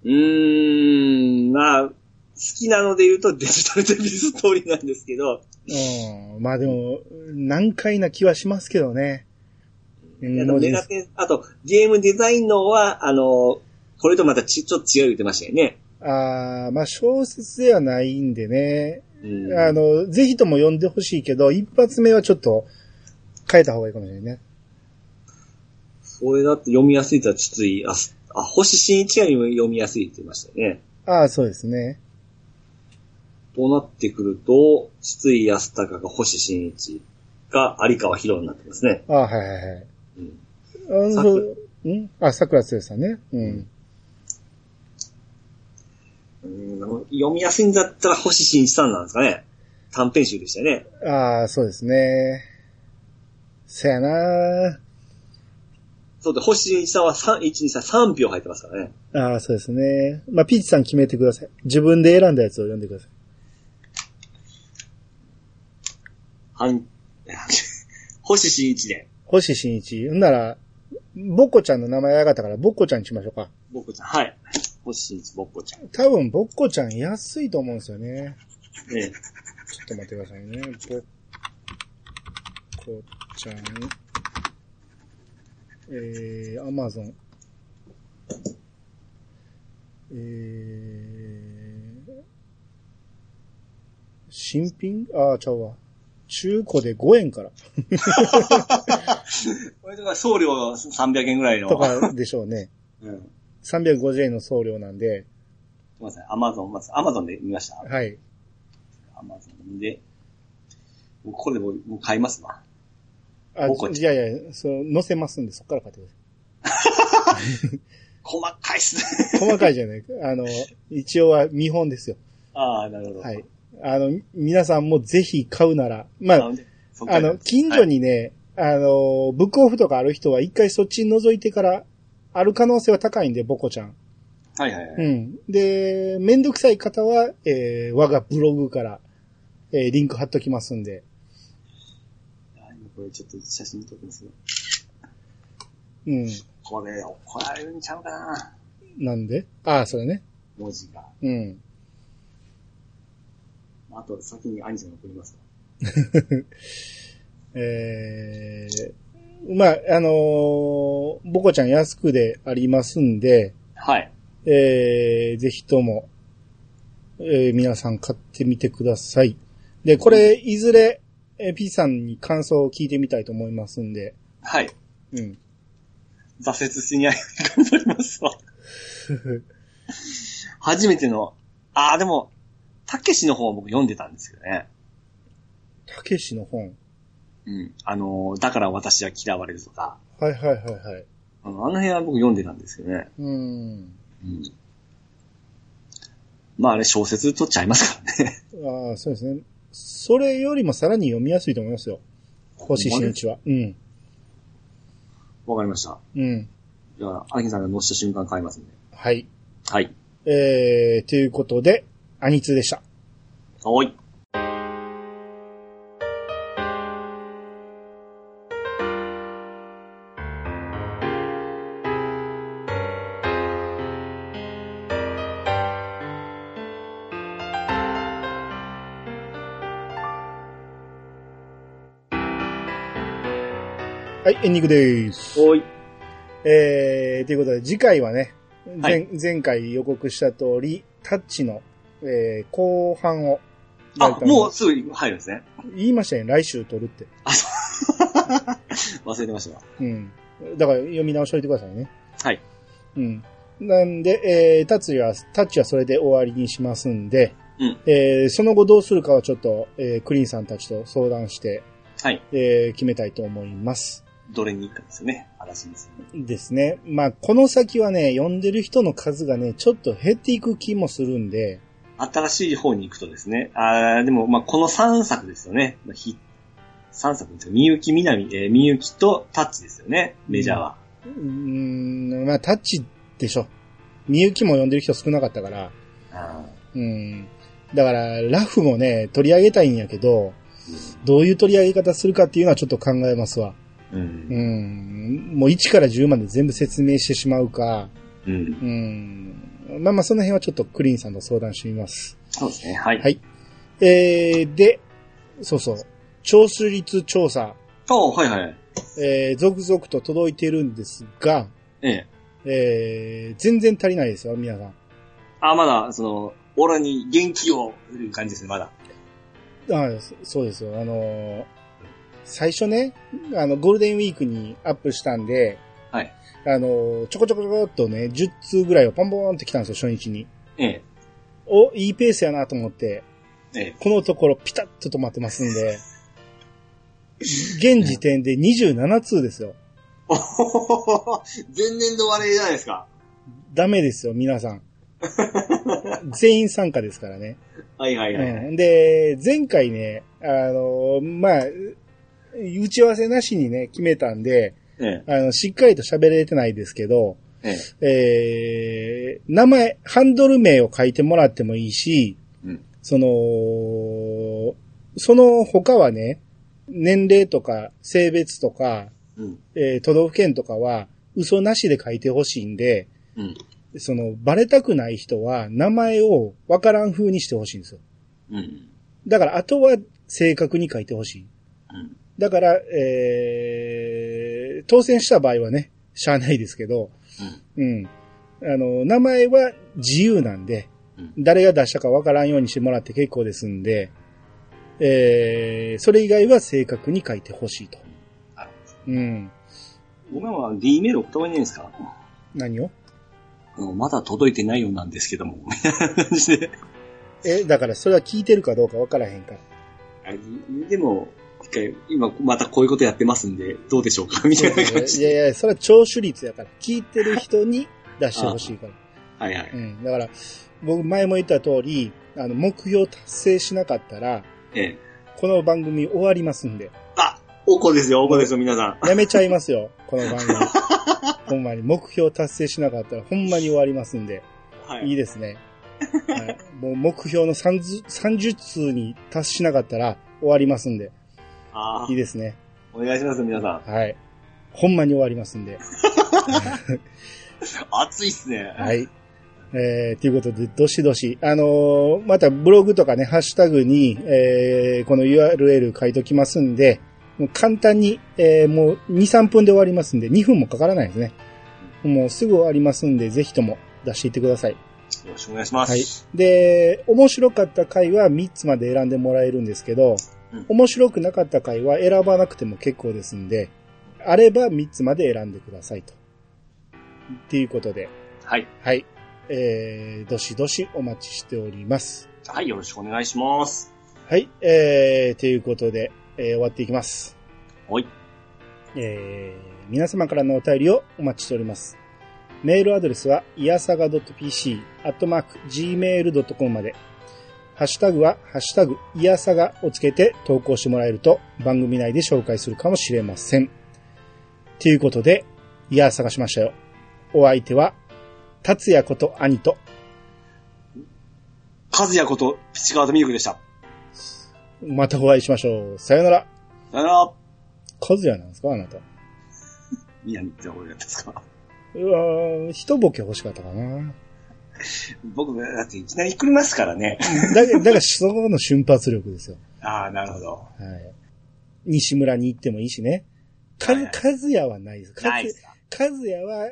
うーん、まあ、好きなので言うとデジタルデビルストーリーなんですけど、うん。まあでも、難解な気はしますけどね。うんあの、メガテン、あと、ゲームデザインのは、あの、これとまたちちょっと違う言ってましたよね。ああ、まあ小説ではないんでね。うんあの、ぜひとも読んでほしいけど、一発目はちょっと変えた方がいいかもしれないね。これだって読みやすいとはちょっといい。あ、すあ星新一が読みやすいって言ってましたよね。ああ、そうですね。となってくると、筒井康隆が星新一が有川博になってますね。ああ、はいはいはい。うん、あさそう、んあ、桜つよさんね。ううんん。うん読みやすいんだったら星新一さんなんですかね。短編集でしたね。ああ、そうですね。せやなそうで、星さんは3、1、2、3、3票入ってますからね。ああ、そうですね。まあ、ピーチさん決めてください。自分で選んだやつを読んでください。はん、 星新一で、星新一。ほんなら、ボッコちゃんの名前上がったから、ボッコちゃんにしましょうか。ぼっこちゃん。はい。星新一、ぼっこちゃん。多分、ボッコちゃん安いと思うんですよね。ええ。ちょっと待ってくださいね。ぼっこちゃん。えー、アマゾン。えー、新品あー、ちゃうわ。中古で5円から。これとか送料300円ぐらいの。とかでしょうね。うん。す350円の送料なんで、みません。アマゾン、まず、アマゾンで見ました。はい。アマゾンで。もうこれでもうもう買いますわ。あ、ぼっこちいやいや、そう、載せますんで、そっから買ってくだ細かいっす ね。さい。細かいじゃない。あの、一応は見本ですよ。ああ、なるほど。はい。。あの、皆さんもぜひ買うなら、まあ、そっかあらの、近所はいにね、あの、ブックオフとかある人は一回そっちに覗いてから、ある可能性は高いんで、ボコちゃん。はいはいはうい。ん。で、めんどくさい方は、えー我がブログから、えーリンク貼っときますんで。あ今これちょっと写真撮ってますよ。うん。これ怒られるんちゃうかな。なんでああ、それね。文字が。うん。あと、先に兄さんに送りますえー、まあ、あのーボコちゃん安くでありますんで、はい。えー、ぜひとも、えー皆さん買ってみてください。で、これ、いずれ、えー、P さんに感想を聞いてみたいと思いますんで、はい。うん。挫折しないように頑張ります わ。初めての、ああ、でも、たけしの方は僕読んでたんですけどね。たけしの本。うん。あのー、だから私は嫌われるとか、はいはいはいはい。あのあの辺は僕読んでたんですけどね。うん。うん。まああれ小説取っちゃいますからね。ああ、そうですね。それよりもさらに読みやすいと思いますよ。星新一は。うん。わかりました。うん。じゃあ、アキさんが乗した瞬間買いますんで。はい。はい。えー、ということで、アニツーでした。おい。はい、エンディングです。おい。えー、ということで、次回はね、は前い前回予告した通り、タッチの、えー後半をやありたいと思います、もうすぐ入るんですね。言いましたよね、来週撮るって。あ、そう 忘れてましたわ。うん。だから読み直しといてくださいね。はい。うん。なんで、えー、タッチは、タッチはそれで終わりにしますんで、うんえーその後どうするかはちょっと、えークリーンさんたちと相談して、はい。えー決めたいと思います。どれに行くかですよね。嵐にする。ですね。まあ、この先はね、読んでる人の数がね、ちょっと減っていく気もするんで、新しい方に行くとですね、あーでも、まあ、この3作ですよね。まあひ3作ですよ。みゆき、みなみ、えーみゆきとタッチですよね、メジャーは。うーん、まあ、タッチでしょ。みゆきも呼んでる人少なかったから。あうん。だから、ラフもね、取り上げたいんやけど、ーどういう取り上げ方するかっていうのはちょっと考えますわ。うん。ううんん。もう1から10まで全部説明してしまうか。うん。うん。まあまあ、その辺はちょっとクリーンさんと相談してみます。そうですね。はい。はいえー、で、そうそう。聴取率調査、おはいはい。えー、続々と届いてるんですが、ええ。えー、全然足りないですよ、皆さん。あ、まだ、その、オラに元気を、という感じですね、まだ。あそそうですよ。あのー最初ね、あの、ゴールデンウィークにアップしたんで、はい。あのーちょこちょこちょこっとね、10通ぐらいをポンポンって来たんですよ、初日に。ええ。お、いいペースやなと思って、え え。このところピタッと止まってますんで、現時点で27通ですよ。おほほほほ前年度割れじゃないですか。 ダメですよ、皆さん。全員参加ですからね。はいはいはい。うん、で、前回ね、あの、まあ、打ち合わせなしにね、決めたんで、ええあの、しっかりと喋れてないですけど、えええー、名前、ハンドル名を書いてもらってもいいし、うんその、その他はね、年齢とか性別とか、うん。えー都道府県とかは嘘なしで書いてほしいんで、うん。その、バレたくない人は名前をわからん風にしてほしいんですよ。うん。だから、あとは正確に書いてほしい。うん。だから、えー、当選した場合はね、しゃあないですけど、うん。あの、名前は自由なんで、うん誰が出したかわからんようにしてもらって結構ですんで、えー、それ以外は正確に書いてほしいとなる。うん。僕は D メール送った方がいいんじゃないですか何をあのまだ届いてないようなんですけども、みたいな感じで。え、だからそれは聞いてるかどうかわからへんから。あ でも、一回、今またこういうことやってますんで、どうでしょうかみたいな感じいで。やいや、それは聴取率やから、聞いてる人に出してほしいから。はいはい。うん。だから、僕前も言った通り、あの、目標達成しなかったら、ええ。この番組終わりますんで。あ、おこですよ、おこですよ、皆さん。やめちゃいます よ、この番組。ほんまに、目標達成しなかったら、ほんまに終わりますんで。はいいい。ですね。はい、もう目標の30 30通に達しなかったら、終わりますんで。あいいーですね。お願いします、皆さん。はい。ほんまに終わりますんで。暑いっすね。はい。えー、ということで、どしどし。あのーまたブログとかね、ハッシュタグに、えー、この URL 書いときますんで、もう簡単に、えー、もう2、3分で終わりますんで、2分もかからないですね。もうすぐ終わりますんで、ぜひとも出していってください。よろしくお願いします。はいで、面白かった回は3つまで選んでもらえるんですけどうん、面白くなかった回は選ばなくても結構ですんで、あれば3つまで選んでくださいと。っていうことで、はい。はい。えー、どしどしお待ちしております。はい、よろしくお願いします。はい。えー、ということで、えー終わっていきます。はい。えー、皆様からのお便りをお待ちしております。メールアドレスは、いやさが .pc、アットマーク、gmail.com まで。ハッシュタグは、ハッシュタグ、いやさがをつけて投稿してもらえると、番組内で紹介するかもしれません。ということで、いやさがしましたよ。お相手は、達也こと兄と、和也こと、ピチカートミルクでした。またお会いしましょう。さよなら。さよなら。カズヤなんですかあなた。宮城って俺やったんですかうわー一ボケ欲しかったかな。僕、だっていきなり来りますからね。だけだ から、そこの瞬発力ですよ。ああ、なるほど。はい。西村に行ってもいいしね。かはいは、いかずやはないです。かないっずすか。かずやは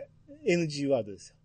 NG ワードですよ。